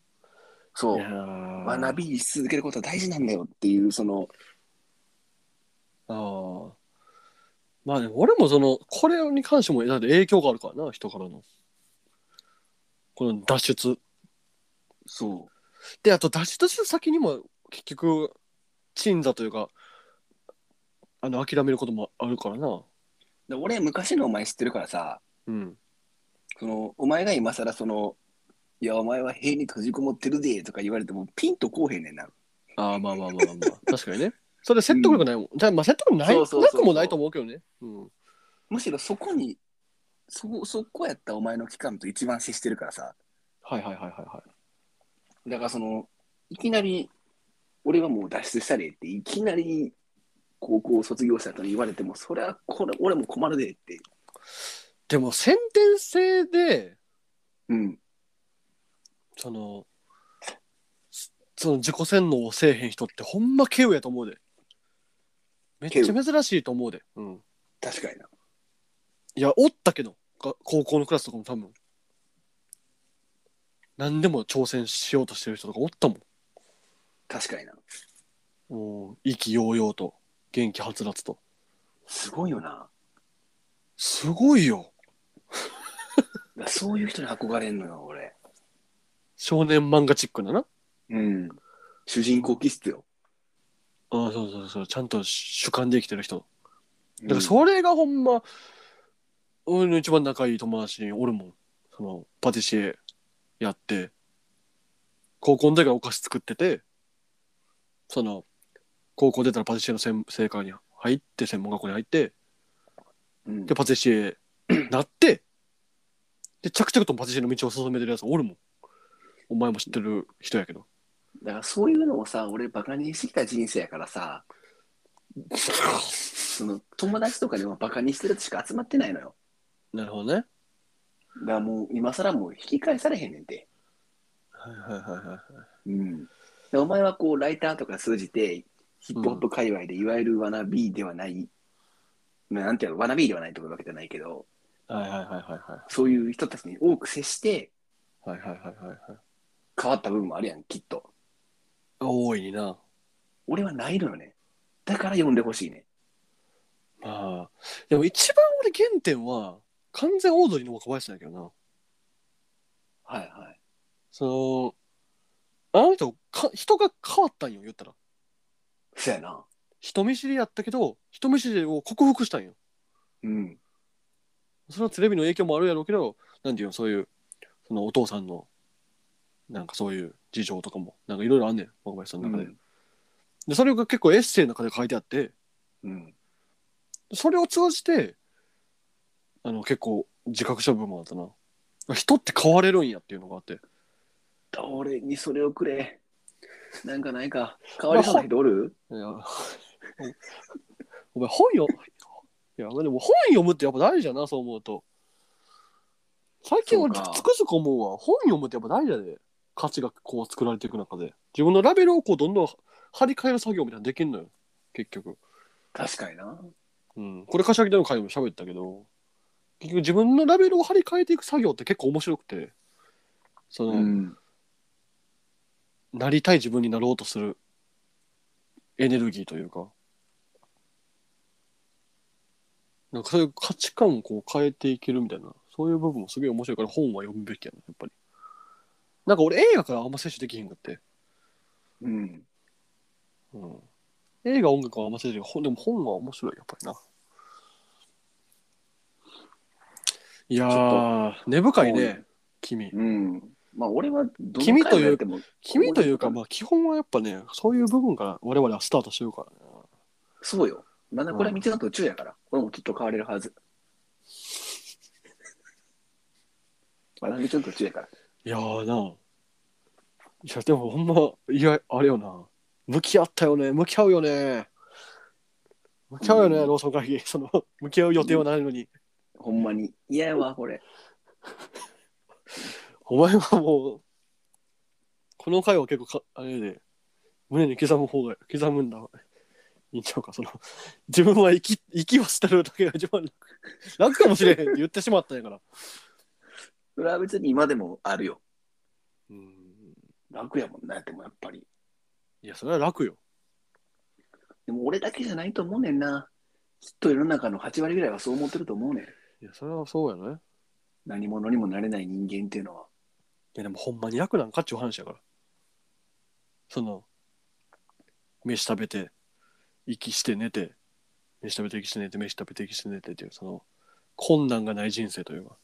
Speaker 2: そ
Speaker 1: いうや。ー
Speaker 2: 学びし続けることは大事なんだよっていう、その、
Speaker 1: ああ。まあね、俺もその、これに関しても、だって影響があるからな、人からの。この脱出。
Speaker 2: そ
Speaker 1: で、あと脱出した先にも、結局、鎮座というか、あの、諦めることもあるからな。
Speaker 2: う。で俺、昔のお前知ってるからさ、
Speaker 1: うん。
Speaker 2: その、お前が今更その、いや、お前は塀に閉じこもってるで、とか言われても、ピンとこうへんねんな。
Speaker 1: ああ、まあまあまあまあ、まあ、 (laughs) 確かにね。それ説得力ないもん。じゃあまあ説得力ない
Speaker 2: そうそうそうそう
Speaker 1: なくもないと思うけどね。うん。
Speaker 2: むしろそこに、そ、そこやったお前の期間と一番接してるからさ。
Speaker 1: はいはいはいはいは
Speaker 2: だからその、いきなり、俺はもう脱出したでって、いきなり高校を卒業した後に言われても、それはこれ、俺も困るでって。
Speaker 1: い。でも、先天性で、
Speaker 2: うん。
Speaker 1: その、その自己洗脳をせえへん人ってほんま稀有やと思うで。めっちゃ珍しいと思うで。うん。
Speaker 2: 確かにな。
Speaker 1: いや、おったけど、が高校のクラスとかも多分。何でも挑戦しようとしてる人とかおったも
Speaker 2: 確かにな。
Speaker 1: ん。うん。意気揚々と、元気はつらつと。
Speaker 2: すごいよな。
Speaker 1: すごいよ。
Speaker 2: だからそういう人に憧れんのよ、俺。
Speaker 1: 少年漫画チックなな。
Speaker 2: うん。主人公気質よ。
Speaker 1: ああ、そうそうそう。ちゃんと主観で生きてる人。だから
Speaker 2: うん
Speaker 1: それがほんま、俺の一番仲いい友達におるもん。その、パティシエやって、高校の時からお菓子作ってて、その、高校出たらパティシエの専正解に入って、専門学校に入って、
Speaker 2: うん
Speaker 1: で、パティシエなって、で、着々とパティシエの道を進めてるやつおるもん。お前も知ってる人やけ (laughs) ど。
Speaker 2: だからそういうのをさ、俺バカにしてきた人生やからさ、その友達とかでもバカにしてるやつしか集まってないのよ。
Speaker 1: なるほどね。
Speaker 2: だからもう今更もう引き返されへんねんて。
Speaker 1: はいはいはいはい。
Speaker 2: うん。でお前はこうライターとか通じて、ヒップホップ界隈でいわゆるワナビーではない、まあなんていうの、ワナビーではないとかいうわけじゃないけど、
Speaker 1: はいはいはいは
Speaker 2: そういう人たちに多く接して
Speaker 1: いはい。はいはいはいはいはい。
Speaker 2: 変わった部分もあるやん、きっと。
Speaker 1: 大いにな。
Speaker 2: 俺はないのよね。だから読んでほしいね。
Speaker 1: まあ、でも一番俺原点は完全オードリーの若林だけどな。
Speaker 2: はいはい。
Speaker 1: その、あの人か、人が変わったんよ、言ったら。
Speaker 2: そうやな。
Speaker 1: 人見知りやったけど、人見知りを克服したんよ。
Speaker 2: うん。
Speaker 1: それはテレビの影響もあるやろうけど、なんていうの、そういう、そのお父さんの、なんかそういう事情とかも、なんかいろいろあんねん、若林さんの中で。で、それが結構エッセイの中で書いてあって、
Speaker 2: うん。
Speaker 1: それを通じて、あの、結構自覚した部分もあったな。人って変われるんやっていうのがあって。
Speaker 2: 俺にそれをくれ。なんかないか。変わりそうな人おる
Speaker 1: いや、 (laughs) お前本読む、いや、まあでも本読むってやっぱ大事やな、そう思うと。最近俺つ
Speaker 2: そう
Speaker 1: く
Speaker 2: か
Speaker 1: づく思うわ、本読むってやっぱ大事やで。価値がこう作られていく中で。自分のラベルをこうどんどん張り替える作業みたいなのできんのよ、結局。
Speaker 2: 確かにな。
Speaker 1: うん。これ柏木での会でも喋ったけど、結局自分のラベルを張り替えていく作業って結構面白くて、その、
Speaker 2: うん。
Speaker 1: なりたい自分になろうとするエネルギーというかなんかそういう価値観をこう変えていけるみたいなそういう部分もすげえ面白いから本は読むべきやなやっぱりなんか俺映画からあんま摂取できへんかって、
Speaker 2: うん。
Speaker 1: うん、映画音楽はあんま摂取できへん本でも本は面白いやっぱりないやー根深いね君
Speaker 2: うん。まあ、俺はど
Speaker 1: 君と
Speaker 2: 回
Speaker 1: い
Speaker 2: もや
Speaker 1: う
Speaker 2: っても、
Speaker 1: 君というか、まあ、基本はやっぱね、そういう部分から我々はスタートしてるからね。
Speaker 2: そうよ。まだこれは道の途中やから、俺もきっと変われるはず。 (laughs) まだ道の途中やから。
Speaker 1: いやーな。いや、でもほんま、いや、あれよな。向き合ったよね、向き合うよね。向き合うよね、
Speaker 2: うん
Speaker 1: ローソン会議。 (laughs) その、向き合う予定はないのに。
Speaker 2: ほんまに。嫌やわ、これ。
Speaker 1: お前はもう、この回は結構か、あれで、胸に刻む方が、刻むんだ。いいんちゃうか、その、自分は息、息を捨てるだけが一番楽。楽かもしれへんって言ってしまったんやから。
Speaker 2: それは別に今でもあるよ。
Speaker 1: うん。
Speaker 2: 楽やもんな、でもやっぱり。
Speaker 1: いや、それは楽よ。
Speaker 2: でも俺だけじゃないと思うねんな。きっと世の中の8割ぐらいはそう思ってると思うねん。
Speaker 1: いや、それはそうやね。
Speaker 2: 何者にもなれない人間っていうのは。
Speaker 1: いやでもほんまに楽なんかっちゅう話やからその飯食べて息して寝て飯食べて息して寝て飯食べて息して寝てっていうその困難がない人生というか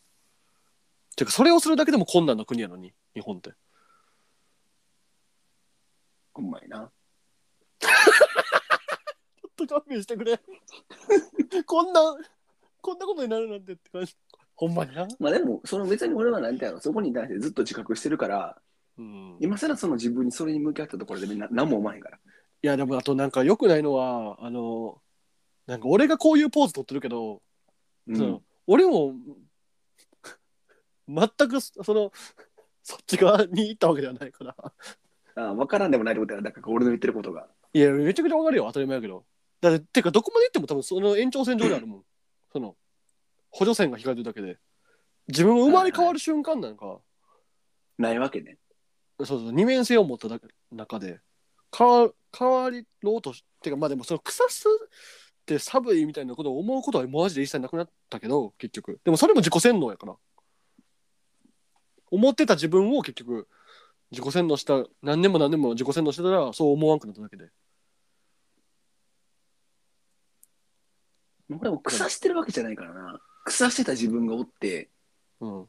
Speaker 1: てかそれをするだけでも困難な国やのに日本って
Speaker 2: ほんまやな。
Speaker 1: ちょっと勘弁してくれ (laughs) こんなこんなことになるなんてって感じほんまにな
Speaker 2: まあでも、その別に俺はなんてやろ、そこに対してずっと自覚してるから、
Speaker 1: うん
Speaker 2: 今更その自分にそれに向き合ったところでみんな何も思わへんから。
Speaker 1: いやでもあとなんか良くないのはあのなんか俺がこういうポーズ取ってるけど
Speaker 2: うん。
Speaker 1: その俺も全くそそのそっち側に行ったわけではないから
Speaker 2: ああ分からんでもないってことや、だから俺の言ってることが。
Speaker 1: いやめちゃくちゃわかるよ当たり前やけどだっててかどこまで行っても多分その延長線上にあるもんその補助線が引かれてるだけで自分が生まれ変わる瞬間なんか、
Speaker 2: ないわけね。
Speaker 1: そうそう二面性を持っただけ中で変わ変わろうとしてかまあでもその草すって寒いみたいなことを思うことはマジで一切なくなったけど結局でもそれも自己洗脳やから思ってた自分を結局自己洗脳した何年も何年も自己洗脳してたらそう思わんくなっただけで
Speaker 2: でも、草してるわけじゃないからな。草してた自分がおって、
Speaker 1: うん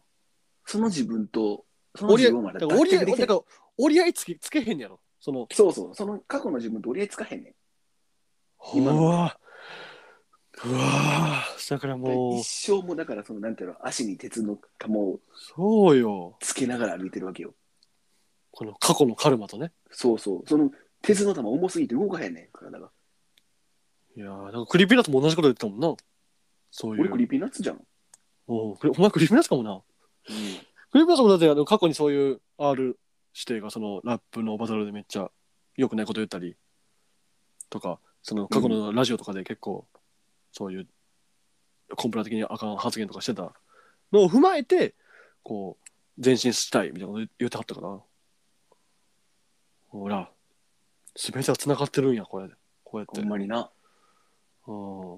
Speaker 2: その自分と、その
Speaker 1: 折り
Speaker 2: 自
Speaker 1: 合
Speaker 2: 分
Speaker 1: い
Speaker 2: を
Speaker 1: だ
Speaker 2: まだ
Speaker 1: から折り合い
Speaker 2: できて
Speaker 1: だ
Speaker 2: ない
Speaker 1: から折り合いつけつけへんやろその
Speaker 2: そうそう、その過去の自分と折り合いつかへんねん。今の
Speaker 1: うわうわだからもう
Speaker 2: 一生もだからそのなんていうの足に鉄の玉を
Speaker 1: そうよ
Speaker 2: つけながら歩いてるわけよ
Speaker 1: この過去のカルマとね
Speaker 2: そうそうその鉄の玉重すぎて動かへんねん体が
Speaker 1: いやーなんかクリーピーナッツも同じこと言ってたもんな。そういう。
Speaker 2: 俺クリーピーナッツじゃん、うん、
Speaker 1: おうクリお前クリーピーナッツかもな。クリーピーナッツもだってあの過去にそういう R 指定がそのラップのバトルでめっちゃ良くないこと言ったりとか、その過去のラジオとかで結構そういうコンプラ的にあかん発言とかしてたのを踏まえて、こう、前進したいみたいなこと言ってはったから。ほら、すべては繋がってるんや、これ。こうやって
Speaker 2: ほん。まにな
Speaker 1: うん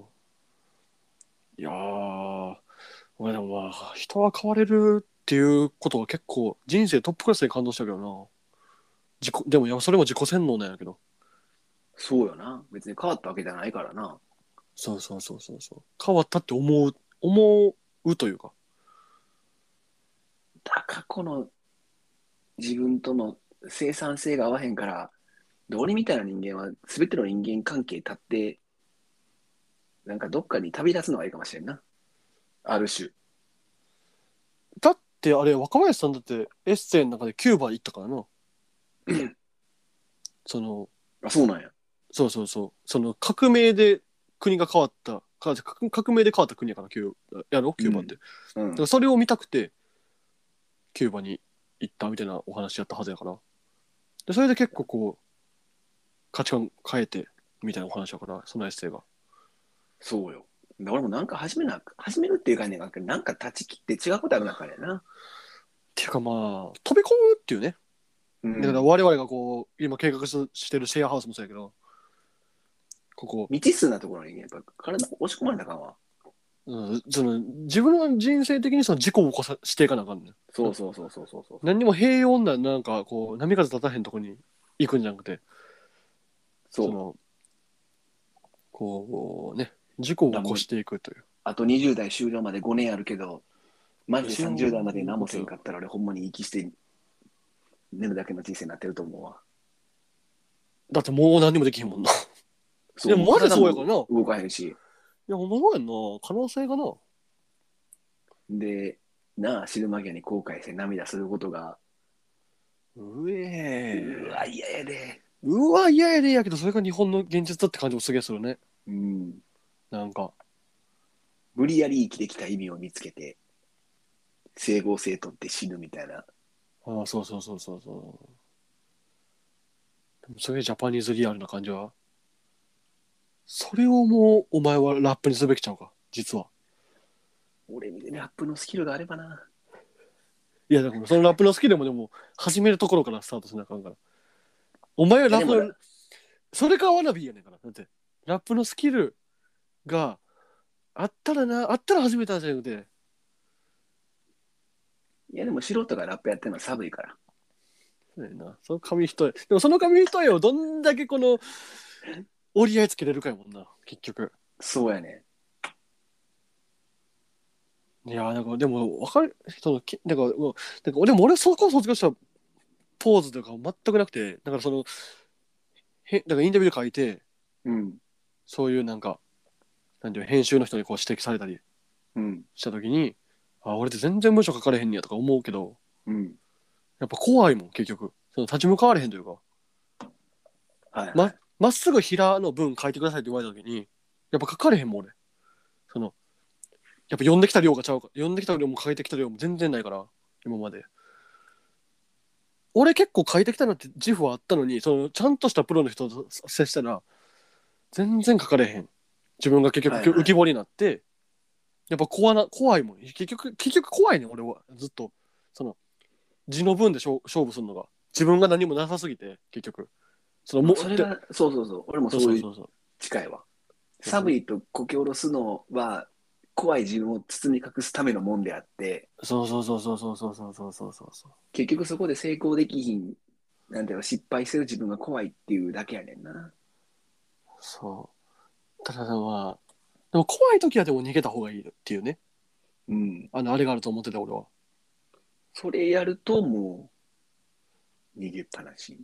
Speaker 1: いやー俺でもまあ人は変われるっていうことは結構人生トップクラスで感動したけどな自己でもいやそれも自己洗脳なんやけど
Speaker 2: そうよな別に変わったわけじゃないからな
Speaker 1: そうそうそうそうそう変わったって思う思うというか
Speaker 2: だ過去の自分との生産性が合わへんからで俺みたいな人間は全ての人間関係立ってなんかどっかに旅立つのがいいかもしれんなある種
Speaker 1: だってあれ若林さんだってエッセイの中でキューバ行ったから (clears throat) なその
Speaker 2: あそうなんや
Speaker 1: そうそうそうその革命で国が変わったか革命で変わった国やからキューやろキューバって、
Speaker 2: うん
Speaker 1: だからそれを見たくてキューバに行ったみたいなお話やったはずやからでそれで結構こう価値観変えてみたいなお話やからそのエッセイが
Speaker 2: そうよ。で俺もなんか始めな、始めるっていう概念があるけど、なんか断ち切って違うことある中でな。
Speaker 1: ていうかまあ飛び込むっていうね、
Speaker 2: うん
Speaker 1: だから我々がこう今計画ししてるシェアハウスもそうやけどここ、
Speaker 2: 未知数なところにね、やっぱ体を押し込まれたかんわ。
Speaker 1: うん、その自分の人生的にその事故を起こさしていかなあかんねん
Speaker 2: そうそうそうそうそうそう。
Speaker 1: 何にも平穏ななんかこう波風立たへんとこに行くんじゃなくて
Speaker 2: そう
Speaker 1: そのこうね事故を起こしていくという
Speaker 2: あと20代終了まで5年あるけど、マジで
Speaker 1: そう
Speaker 2: 30代まで何もせんかったら俺ほんまに息して寝るだけの人生になってると思うわ。
Speaker 1: だってもう何にもできへんもんな。いやマジそうやからな。い
Speaker 2: 体も動かへんし。
Speaker 1: や、ほんまそうやんな。可能性がな。
Speaker 2: で、なあ、死ぬ間際に後悔して涙することが、
Speaker 1: うえ
Speaker 2: うわ、嫌やで。
Speaker 1: うわ、嫌やでやけど、それが日本の現実だって感じもすげえするね。
Speaker 2: うん。
Speaker 1: なんか。
Speaker 2: 無理やり生きてきた意味を見つけて、整合性取って死ぬみたいな。
Speaker 1: ああ、そうそうそうそうそう。でもすげえジャパニーズリアルな感じは。それをもう、お前はラップにすべきちゃうか、実は。
Speaker 2: 俺みたいにラップのスキルがあればな。
Speaker 1: いや、だからそのラップの好きでも、でも、始めるところからスタートしなあかんから。お前はラッ
Speaker 2: でもな
Speaker 1: プ、それかワナビーやねんから。だって、ラップのスキルがあったらな、あったら始めたんじゃなくて、
Speaker 2: いや、でも素人がラップやってるのは寒いから。
Speaker 1: そうやな、その紙一重。でもその紙一重をどんだけこの、折り合いつけれるかやもんな、結局。
Speaker 2: そうやね。
Speaker 1: いやーなんかでも分かる人のきなんかもうなんか俺も俺そこを卒業したポーズとか全くなくてだからそのへだからインタビューで書いて
Speaker 2: うん。
Speaker 1: そういうなんかなんていうの編集の人にこう指摘されたり
Speaker 2: うん。
Speaker 1: した時にあ俺って全然文章書かれへんねやとか思うけど
Speaker 2: うん。
Speaker 1: やっぱ怖いもん結局その立ち向かわれへんというか
Speaker 2: はい。
Speaker 1: ままっすぐ平の文書いてくださいって言われた時にやっぱ書かれへんもん俺そのやっぱ読んできた量がちゃうか読んできた量も書いてきた量も全然ないから今まで俺結構書いてきたなって自負はあったのにそのちゃんとしたプロの人と接したら全然書かれへん自分が結局
Speaker 2: はいはい
Speaker 1: 浮き彫りになって、やっぱ怖な怖いもん結局結局怖いねん俺はずっとその字の文で勝勝負するのが自分が何もなさすぎて結局そのもう
Speaker 2: それが、そうそうそう。俺もそういう
Speaker 1: うそう
Speaker 2: 近いわ。寒いとこけ下ろすのは、怖い自分を包み隠すためのもんであって、
Speaker 1: そうそうそうそうそうそうそうそうそうそうそう
Speaker 2: 結局そこで成功できひん、なんだろう、失敗する自分が怖いっていうだけやねんな。
Speaker 1: そうただまあでも怖い時はでも逃げた方がいいっていうね
Speaker 2: うん。
Speaker 1: あのあれがあると思ってた俺は
Speaker 2: それやるともう、逃げっぱなし。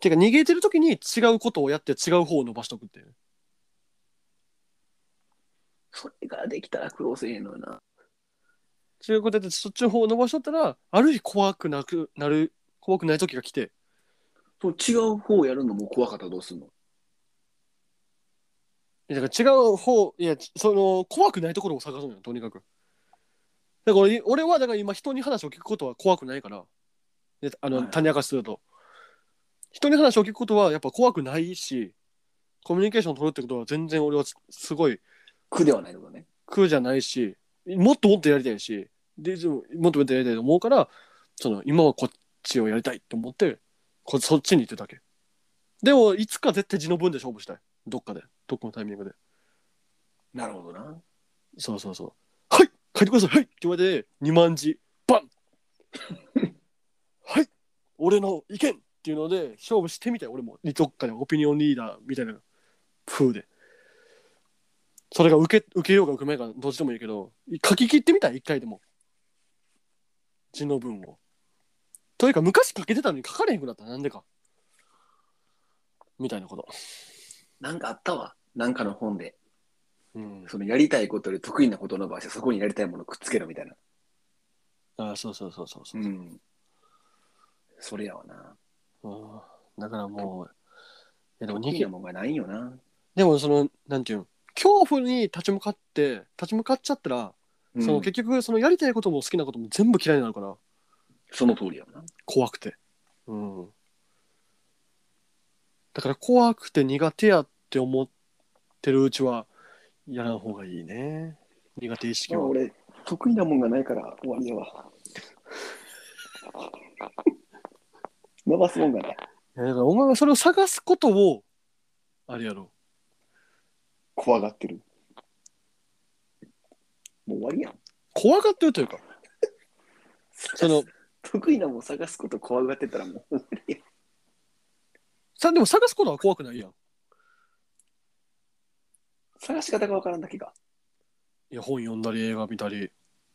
Speaker 1: ていうか逃げてる時に違うことをやって違う方を伸ばしとくっていう
Speaker 2: それができたら苦労せえへんのよな。
Speaker 1: 違うことやってそっちの方を伸ばしとったらある日怖くなくなる怖くない時が来て
Speaker 2: そう違う方やるのも怖かったらどうすんの
Speaker 1: いやだから違う方いやその怖くないところを探すのよとにかくだから俺俺はだから今人に話を聞くことは怖くないからであの、
Speaker 2: はい
Speaker 1: 種明かしすると人に話を聞くことはやっぱ怖くないしコミュニケーションを取るってことは全然俺はすすごい
Speaker 2: 苦ではないってことね。
Speaker 1: 苦じゃないしもっともっとやりたいしでいつももっともっとやりたいと思うからその今はこっちをやりたいと思ってこそっちに行ってるだけでもいつか絶対字の文で勝負したいどっかでどっかのタイミングで
Speaker 2: なるほどな。
Speaker 1: そうそうそう。はい書いてくださいはいって言われて、2万字、バンはい俺の意見っていうので、勝負してみたい、俺も。どっかでオピニオンリーダーみたいな風で。それが受け受けようが受けまいかどっちでもいいけど、書き切ってみたい、一回でも。字の文を。というか、昔書けてたのに書かれへんくなった、なんでか。みたいなこと。
Speaker 2: なんかあったわ。なんかの本で。
Speaker 1: うん。
Speaker 2: そのやりたいことより得意なことを伸ばして、そこにやりたいものをくっつけろみたいな。
Speaker 1: ああ、そうそうそうそうそう。
Speaker 2: ん。それやわな。
Speaker 1: うんだからもう、いやでも
Speaker 2: 得意なもんがないんよな。
Speaker 1: でもそのなんていうん恐怖に立ち向かって立ち向かっちゃったら、その
Speaker 2: うん
Speaker 1: 結局そのやりたいことも好きなことも全部嫌いになるから
Speaker 2: その通りやわな。
Speaker 1: 怖くて、うん、だから怖くて苦手やって思ってるうちはやらん方がいいね苦手意識は
Speaker 2: 俺、得意なもんがないから終わりや (laughs) わ。伸ばすもんがない。
Speaker 1: いやだからお前はそれを探すことをあれやろ
Speaker 2: 怖がってる。もう終わりやん。
Speaker 1: 怖がってるというかその
Speaker 2: (laughs) 得意なもん探すこと怖がってたらもう終わりやん。
Speaker 1: さでも探すことは怖くないやん
Speaker 2: 探し方がわからんだけか。
Speaker 1: いや本読んだり映画見たり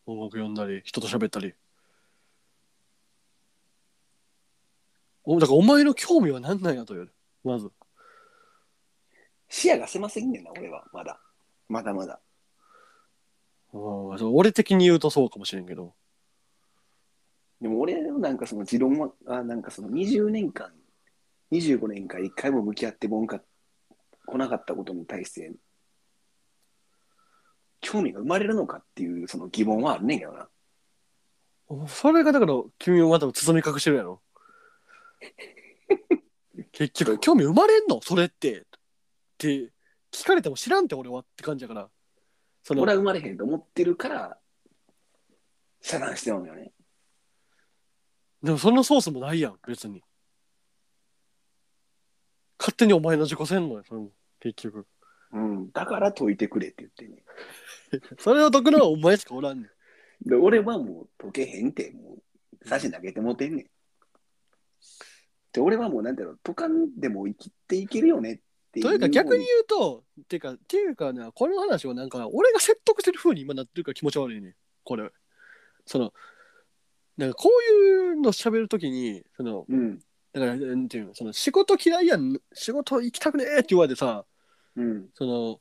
Speaker 1: 音楽読んだり人と喋ったりおだからお前の興味は何なんやというまず
Speaker 2: 視野が狭すぎんねんな、俺は。まだ。まだまだ。
Speaker 1: うんそう俺的に言うとそうかもしれんけど
Speaker 2: でも俺のなんかその持論は、あなんかその20年間、25年間一回も向き合ってもんか、来なかったことに対して、興味が生まれるのかっていうその疑問はあるねんけどな。
Speaker 1: それがだから君をまた包み隠してるやろ結局興味生まれんのそれってって聞かれても知らんって俺はって感じやからその
Speaker 2: 俺は生まれへんと思ってるから、遮断してるのよね。
Speaker 1: でもそんなソースもないやん別に勝手にお前の自己洗脳やそれも結局
Speaker 2: うん。だから解いてくれって言ってんねん。
Speaker 1: それを解くのはお前しかおらんねん
Speaker 2: で俺はもう解けへんって、もう、差し投げてもうてんねん。で、俺はもう、なんだろうの、解かんでも生きていけるよねっていう。
Speaker 1: というか逆に言うとてかっていうかなこの話をなんか俺が説得してる風に今なってるから気持ち悪いねこれそのなんかこういうの喋るときにその
Speaker 2: うん。
Speaker 1: だからなんていうのその仕事嫌いやん仕事行きたくねえって言われてさ
Speaker 2: うん。
Speaker 1: その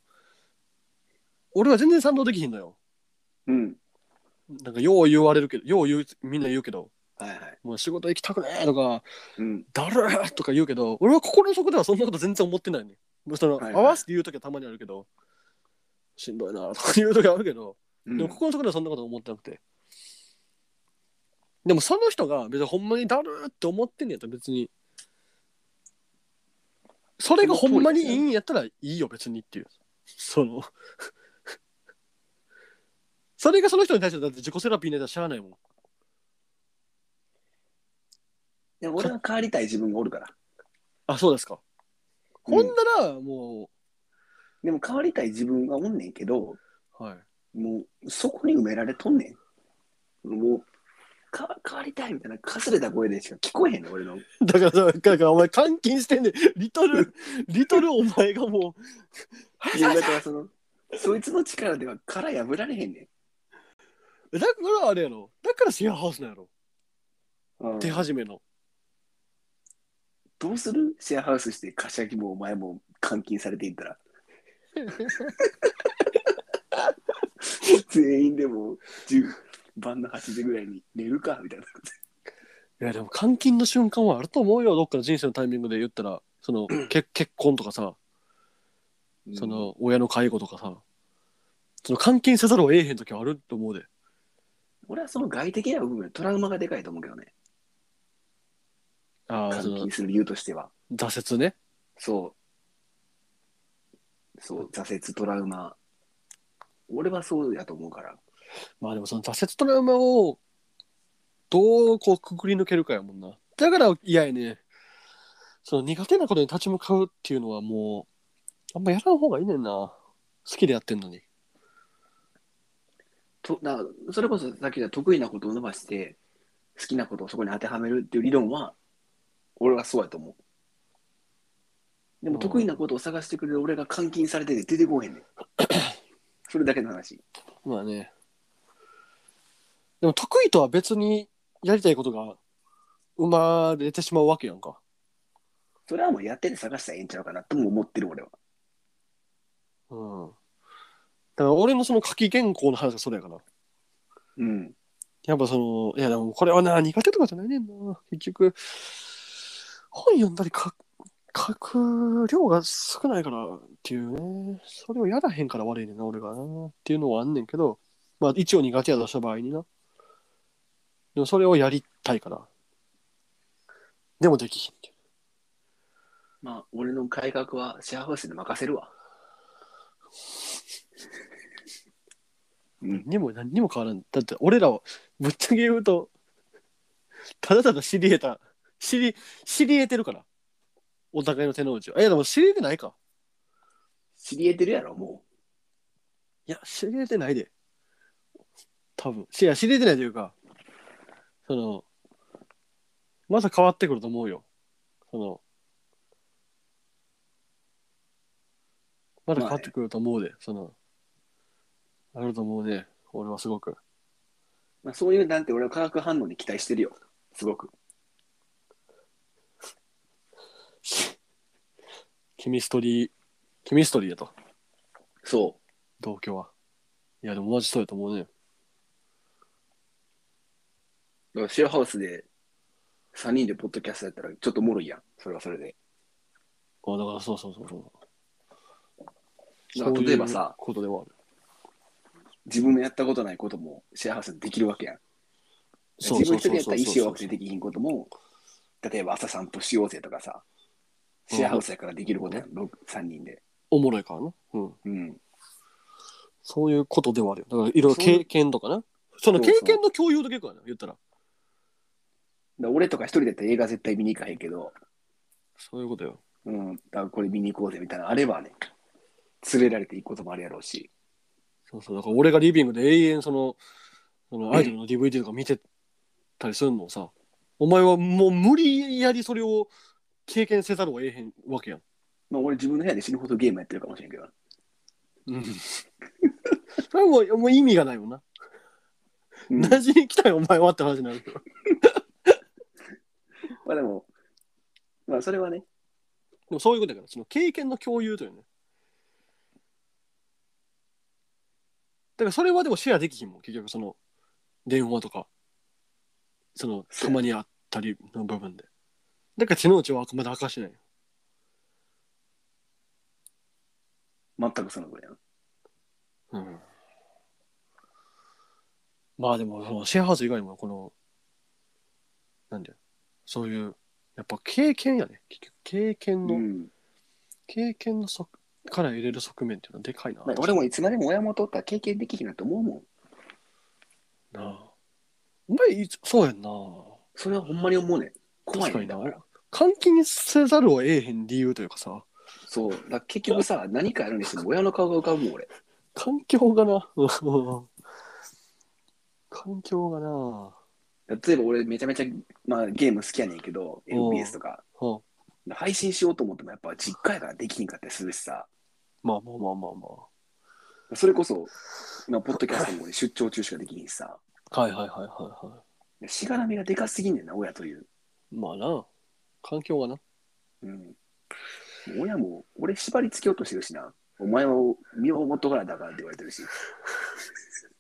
Speaker 1: 俺は全然賛同できひんのよ
Speaker 2: うん。
Speaker 1: なんかよう言われるけどよう言うみんな言うけど
Speaker 2: はいはい。
Speaker 1: もう仕事行きたくねえとか
Speaker 2: うん。
Speaker 1: だるーとか言うけど俺は心の底ではそんなこと全然思ってないねもうその、
Speaker 2: はいはい
Speaker 1: 合わせて言う時はたまにあるけどしんどいなとか言う時はあるけど、
Speaker 2: うん
Speaker 1: でも心の底ではそんなこと思ってなくてでもその人が別にほんまにだるーって思ってんねやったら別にそれがほんまにいいんやったらいいよ別にっていうその (laughs) それがその人に対してだって自己セラピーになったらしゃあないもん
Speaker 2: でも俺は変わりたい自分がおるから。
Speaker 1: あそうですか、ほんならも
Speaker 2: でも変わりたい自分がおんねんけど、
Speaker 1: うはい
Speaker 2: もうそこに埋められとんねん。もう、か変わりたいみたいな、かすれた声でしか聞こえへんの、俺の。
Speaker 1: だからさ、だからお前監禁してんねん。リトル、リトルお前がもう、
Speaker 2: いやだからその、そいつの力では殻破られへんね
Speaker 1: だからあれやろ。だからシェアハウスなんやろ。
Speaker 2: ん。うん
Speaker 1: 手始めの。
Speaker 2: どうするシェアハウスして、柏木もお前も監禁されていった (laughs) ら。全員でも10晩の8時ぐらいに寝るかみたいな。
Speaker 1: いや、でも監禁の瞬間はあると思うよ。どっかの人生のタイミングで言ったら、そ (clears throat) の、け結婚とかさ、その、親の介護とかさ、その監禁せざるを得へん時はあると思うで。
Speaker 2: 俺はその外的な部分、トラウマがでかいと思うけどね。
Speaker 1: ああ、その
Speaker 2: 監禁、する理由としては。
Speaker 1: 挫折ね。
Speaker 2: そう。そう、挫折、トラウマ。俺はそうやと思うから。
Speaker 1: まあでもその挫折トラウマを、どうこうくぐり抜けるかやもんな。だから嫌やね。その苦手なことに立ち向かうっていうのはもう、あんまやらん方がいいねんな。好きでやってんのに。
Speaker 2: とだからそれこそさっき言った得意なことを伸ばして、好きなことをそこに当てはめるっていう理論は、俺はそうやと思う。で
Speaker 1: う
Speaker 2: も
Speaker 1: ん
Speaker 2: 得意なことを探してくれる俺が監禁されてて出てこへん
Speaker 1: (coughs)
Speaker 2: ねん。それだけの話。
Speaker 1: まあね。でも得意とは別にやりたいことが生まれてしまうわけやんか。
Speaker 2: それはもうやってて探したらええんちゃうかなとも思ってる俺は。
Speaker 1: うん。だから俺のその書き原稿の話がそれやから。
Speaker 2: うん。
Speaker 1: やっぱその、いやでもこれはな、苦手とかじゃないねんな。結局、本読んだり書書く量が少ないからっていうね、それをやらへんから悪いねんな、俺がな。っていうのはあんねんけど、まあ一応苦手やとした場合にな。でもそれをやりたいから。でもできひんっていう。
Speaker 2: まあ、俺の改革はシェアハウスで任せるわ。うん。
Speaker 1: にも何にも変わらん。だって俺らをぶっちゃけ言うと、ただただ知り得た、知り、知り得てるから。お互いの手の内を。いやでも知り得てないか。
Speaker 2: 知り得てるやろ、も
Speaker 1: いや、知り得てないで。多分。いや、知り得てないというか、その、また変わってくると思うよ。その、まだ変わってくると思うで、その、あると思うね。俺はすごく。
Speaker 2: う。まあ、そういうなんて俺は化学反応に期待してるよ。すごく。
Speaker 1: ケミストリー、ケミストリーやと、
Speaker 2: そ
Speaker 1: 同居は。いや、でもマジそうやと思うね。
Speaker 2: う。だからシェアハウスで3人でポッドキャストやったらちょっとおもろいやん。それはそれで。
Speaker 1: あだからそうそうそうそう。
Speaker 2: だから例えばさ、
Speaker 1: そういうことではある。
Speaker 2: 自分のやったことないこともシェアハウスでできるわけやん。
Speaker 1: そう
Speaker 2: 自分
Speaker 1: そう
Speaker 2: 一人
Speaker 1: そう
Speaker 2: やっ
Speaker 1: そ
Speaker 2: たら
Speaker 1: う
Speaker 2: 意思を
Speaker 1: そ
Speaker 2: 分けてできひんことも、例えば朝散歩しようぜとかさ、シェアハウスやからできることやん、3人で。
Speaker 1: おもろいからな。うん。
Speaker 2: うん。
Speaker 1: そういうことではあるよ。だから、いろいろ
Speaker 2: そういう
Speaker 1: 経験とかな。その
Speaker 2: そう
Speaker 1: 経
Speaker 2: そう
Speaker 1: 験の共有だけかな、言ったら。
Speaker 2: だから俺とか一人だったら映画絶対見に行かへんけど、
Speaker 1: そういうことよ。
Speaker 2: うん、だからこれ見に行こうぜみたいなのあればね、連れられて行くこともあるやろうし、
Speaker 1: そうそう。だから、俺がリビングで永遠その、そのアイドルの DVD とか見てたりするのをさ、お前はもう無理やりそれを経験せざるを得へんわけやん。
Speaker 2: まあ俺自分の部屋で死ぬほどゲームやってるかもしれんけど、
Speaker 1: うん。それはもうもう意味がないもんな。 (laughs)
Speaker 2: うん、ま
Speaker 1: 何しに来たよ、お前はって話になるけど。
Speaker 2: あでも、まあそれはね、
Speaker 1: でもそういうことだから、その経験の共有というね。だからそれはでもシェアできひんもん、結局その、電話とか、その、たまにあったりの部分で。だから手の内はまだ明かしてないよ。
Speaker 2: 全くそのぐらいやん。
Speaker 1: うん。まあでも、そのシェアハウス以外にも、この、なんだよ、そういう、やっぱ経験やね。結局、経験の、
Speaker 2: うん
Speaker 1: 経験の側から入れる側面っていうのはでかいな。
Speaker 2: まあ、俺もいつまでも親元おったら経験できひんなと思うもん。
Speaker 1: なあ。お前いつ、そうやんな。
Speaker 2: それはほんまに思うねん。怖い
Speaker 1: 確
Speaker 2: ね
Speaker 1: か
Speaker 2: ん
Speaker 1: にな
Speaker 2: だから。。
Speaker 1: 監禁せざるを得へん理由というかさ、
Speaker 2: そう。だから結局さ、何かやるにしても親の顔が浮かぶもん、俺。
Speaker 1: 環境がな。 (laughs) うん環境がな。
Speaker 2: 例えば俺めちゃめちゃ、まあ、ゲーム好きやねんけど、
Speaker 1: うん
Speaker 2: FPS とか、
Speaker 1: うん
Speaker 2: 配信しようと思ってもやっぱ実家やからできひんかったりするしさ、
Speaker 1: まあまあまあまあま
Speaker 2: それこそ、まあ、ポッドキャストも俺出張中しかできひんしさ、
Speaker 1: あ。はいはいはいはいは
Speaker 2: しがらみがでかすぎんねんな、親という。
Speaker 1: い。まあな。環境がな。
Speaker 2: うん、親も、俺縛りつけようとしてるしな、お前は身を元からだからって言われてるし。 (laughs)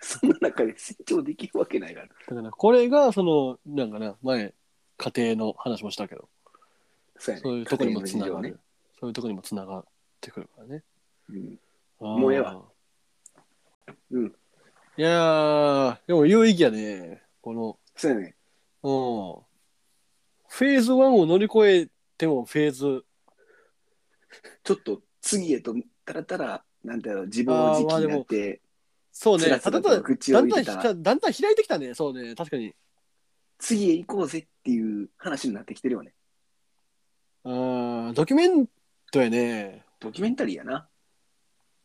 Speaker 2: そんな中で成長できるわけないから。
Speaker 1: だからこれがその、なんかな、前、家庭の話もしたけど、
Speaker 2: そうやね。
Speaker 1: そういうとこにも
Speaker 2: 家
Speaker 1: つ
Speaker 2: 庭
Speaker 1: な
Speaker 2: の事情
Speaker 1: が
Speaker 2: は
Speaker 1: る。
Speaker 2: ね。
Speaker 1: そういうとこにもつながってくるからね。
Speaker 2: うん
Speaker 1: も
Speaker 2: うええわ。うん。
Speaker 1: いやー、でも有意義やね。この、
Speaker 2: そうやね。
Speaker 1: うん。フェーズ1を乗り越えてもフェーズ。
Speaker 2: ちょっと次へと、たらたら、なんだろう、自分の時期になって、
Speaker 1: そう
Speaker 2: つ
Speaker 1: ね。
Speaker 2: ら
Speaker 1: た
Speaker 2: つ
Speaker 1: だ
Speaker 2: ら
Speaker 1: ただ
Speaker 2: と
Speaker 1: ん
Speaker 2: 口
Speaker 1: だ
Speaker 2: を
Speaker 1: ん
Speaker 2: 入
Speaker 1: だ
Speaker 2: れ
Speaker 1: ん
Speaker 2: た
Speaker 1: だ
Speaker 2: ら、
Speaker 1: んだん開いてきたね。そうね。確かに。
Speaker 2: 次へ行こうぜっていう話になってきてるよね。
Speaker 1: うん。ドキュメントやね。
Speaker 2: ドキュメンタリーやな。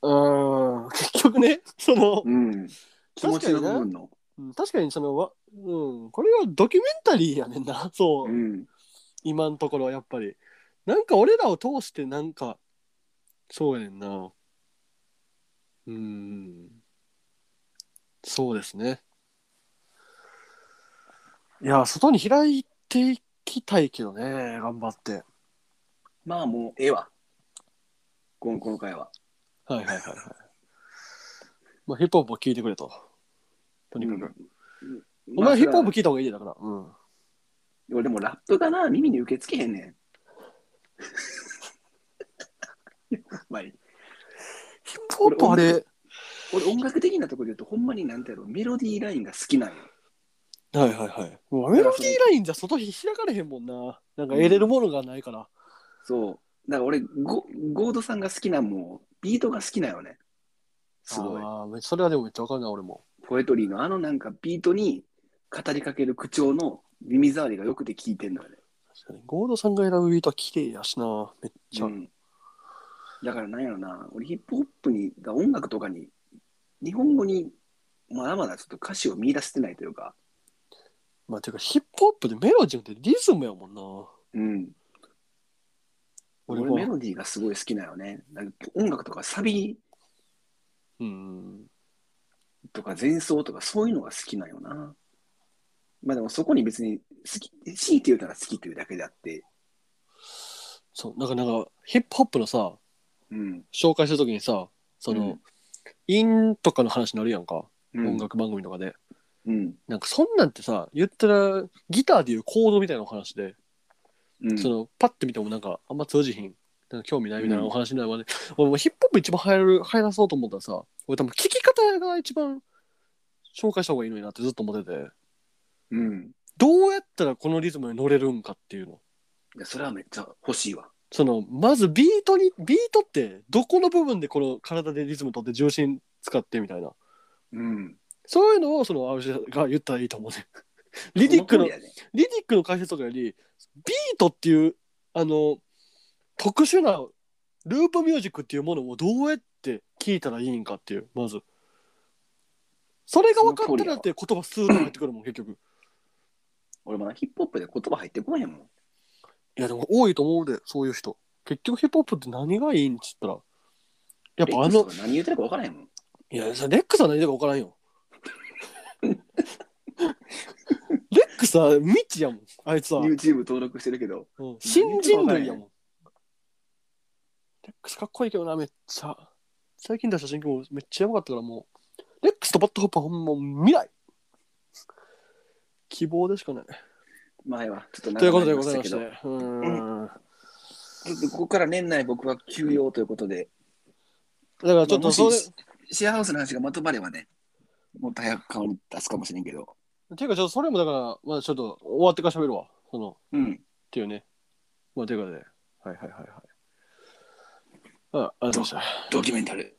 Speaker 1: うん。結局ね、その、
Speaker 2: うん。気持ち
Speaker 1: 確か
Speaker 2: の部
Speaker 1: に
Speaker 2: 分の。
Speaker 1: な確かにその、わうん。これはドキュメンタリーやねんな。そうう。
Speaker 2: ん。
Speaker 1: 今のところはやっぱり。なんか俺らを通してなんか、そうやねんな。うん。そうですね。いや、外に開いていきたいけどね、頑張って。
Speaker 2: まあもう、ええわ。このこの回は。
Speaker 1: はいはいはいはい。まあ、ヒップホップを聞いてくれと。とにかく。お
Speaker 2: まあ
Speaker 1: 前ヒップホップ
Speaker 2: それは
Speaker 1: 聞いた方がいいよだから。うん。
Speaker 2: 俺でもラップがな、耳に受け付けへんねん。 (laughs) まあいい
Speaker 1: ヒップホップあれ、
Speaker 2: 俺音楽的なところで言うと、ほんまになんてやろ、メロディーラインが好きなんよ。
Speaker 1: はいはいはい。もうメロディーラインじゃ外開かれへんもんな。なんか得れるものがないから。
Speaker 2: そう。だから俺ゴ、ゴードさんが好きなんも、ビートが好きなんよね。すごい。
Speaker 1: ああ、それはでもめっちゃわかるな、俺も。
Speaker 2: ポエトリーのあのなんかビートに語りかける口調の耳障りがよくて聞いてんのよね。
Speaker 1: 確かにゴードさんが選ぶビートは綺麗やしな、めっちゃ。
Speaker 2: うんだからなんやろな、俺ヒップホップに、が音楽とかに、日本語にまだまだちょっと歌詞を見出してないというか、
Speaker 1: まあ、ていうか、ヒップホップでメロディーってリズムやもんな。
Speaker 2: うん。
Speaker 1: 俺
Speaker 2: 俺
Speaker 1: は
Speaker 2: メロディーがすごい好きなよね。なんか音楽とかサビ
Speaker 1: うん。
Speaker 2: とか前奏とかそういうのが好きなよな。まあでもそこに別に好き、強いて言うたら好きというだけであって、
Speaker 1: そうなんかなんかヒップホップのさ
Speaker 2: うん。
Speaker 1: 紹介するときにさその、
Speaker 2: うん
Speaker 1: インとかの話になるやんか、
Speaker 2: うん
Speaker 1: 音。楽番組とかで
Speaker 2: うん。
Speaker 1: なんかそんなんってさ言ったらギターでいうコードみたいなお話で、
Speaker 2: うん。
Speaker 1: そのパッて見てもなんかあんま通じひんなんか興味ないみたいなお話になるまで、俺もヒップホップ一番流行る流行らそうと思ったらさ俺多分聞き方が一番紹介した方がいいのになってずっと思ってて
Speaker 2: うん。
Speaker 1: どうやったらこのリズムに乗れるんかっていうの
Speaker 2: いや、それはめっちゃ欲しいわ。
Speaker 1: そのまずビートにビートってどこの部分でこの体でリズム取って重心使ってみたいな
Speaker 2: うん。
Speaker 1: そういうのをその青石が言ったらいいと思うねリディックの
Speaker 2: そ通り
Speaker 1: リ
Speaker 2: やね
Speaker 1: ディックの解説とかよりビートっていうあの特殊なループミュージックっていうものをどうやって聞いたらいいんかっていうまずそれが分かったらって言葉スーッと入ってくるもん結局
Speaker 2: 俺まだヒップホップで言葉入ってこへんもん。
Speaker 1: いやでも多いと思うでそういう人結局ヒップホップって何がいいんっつったらやっぱあの
Speaker 2: レックスが何言ってるか分からへんもん。
Speaker 1: いや、さレックスは何でか分からん (laughs) よ。レックスは未知やもん、あいつは。
Speaker 2: YouTube 登録してるけど。
Speaker 1: うん新人類やもん。レックスかっこいいけどな、めっちゃ。最近出した新曲もめっちゃやばかったから、もう。レックスとバッドホッパーほんま未来希望でしかない。
Speaker 2: 前は。ちょっと
Speaker 1: という
Speaker 2: 長
Speaker 1: こと
Speaker 2: く
Speaker 1: でご
Speaker 2: なりま
Speaker 1: ざい
Speaker 2: し
Speaker 1: ま
Speaker 2: た
Speaker 1: し
Speaker 2: け
Speaker 1: て。
Speaker 2: ど。
Speaker 1: うーん。
Speaker 2: ちょっとここから年内僕は休養ということで、
Speaker 1: だからちょっ
Speaker 2: まあ
Speaker 1: とそ
Speaker 2: も
Speaker 1: れ、
Speaker 2: しシェアハウスの話がまとまればね、もっと早く顔に出すかもしれんけど。
Speaker 1: ていうかちょっとそれもだから、まあちょっと終わってから喋るわ。その、
Speaker 2: うん。
Speaker 1: っていうね。まあ、ということで、はいはいはいはい。あありがとうございました。
Speaker 2: ドキュメンタル。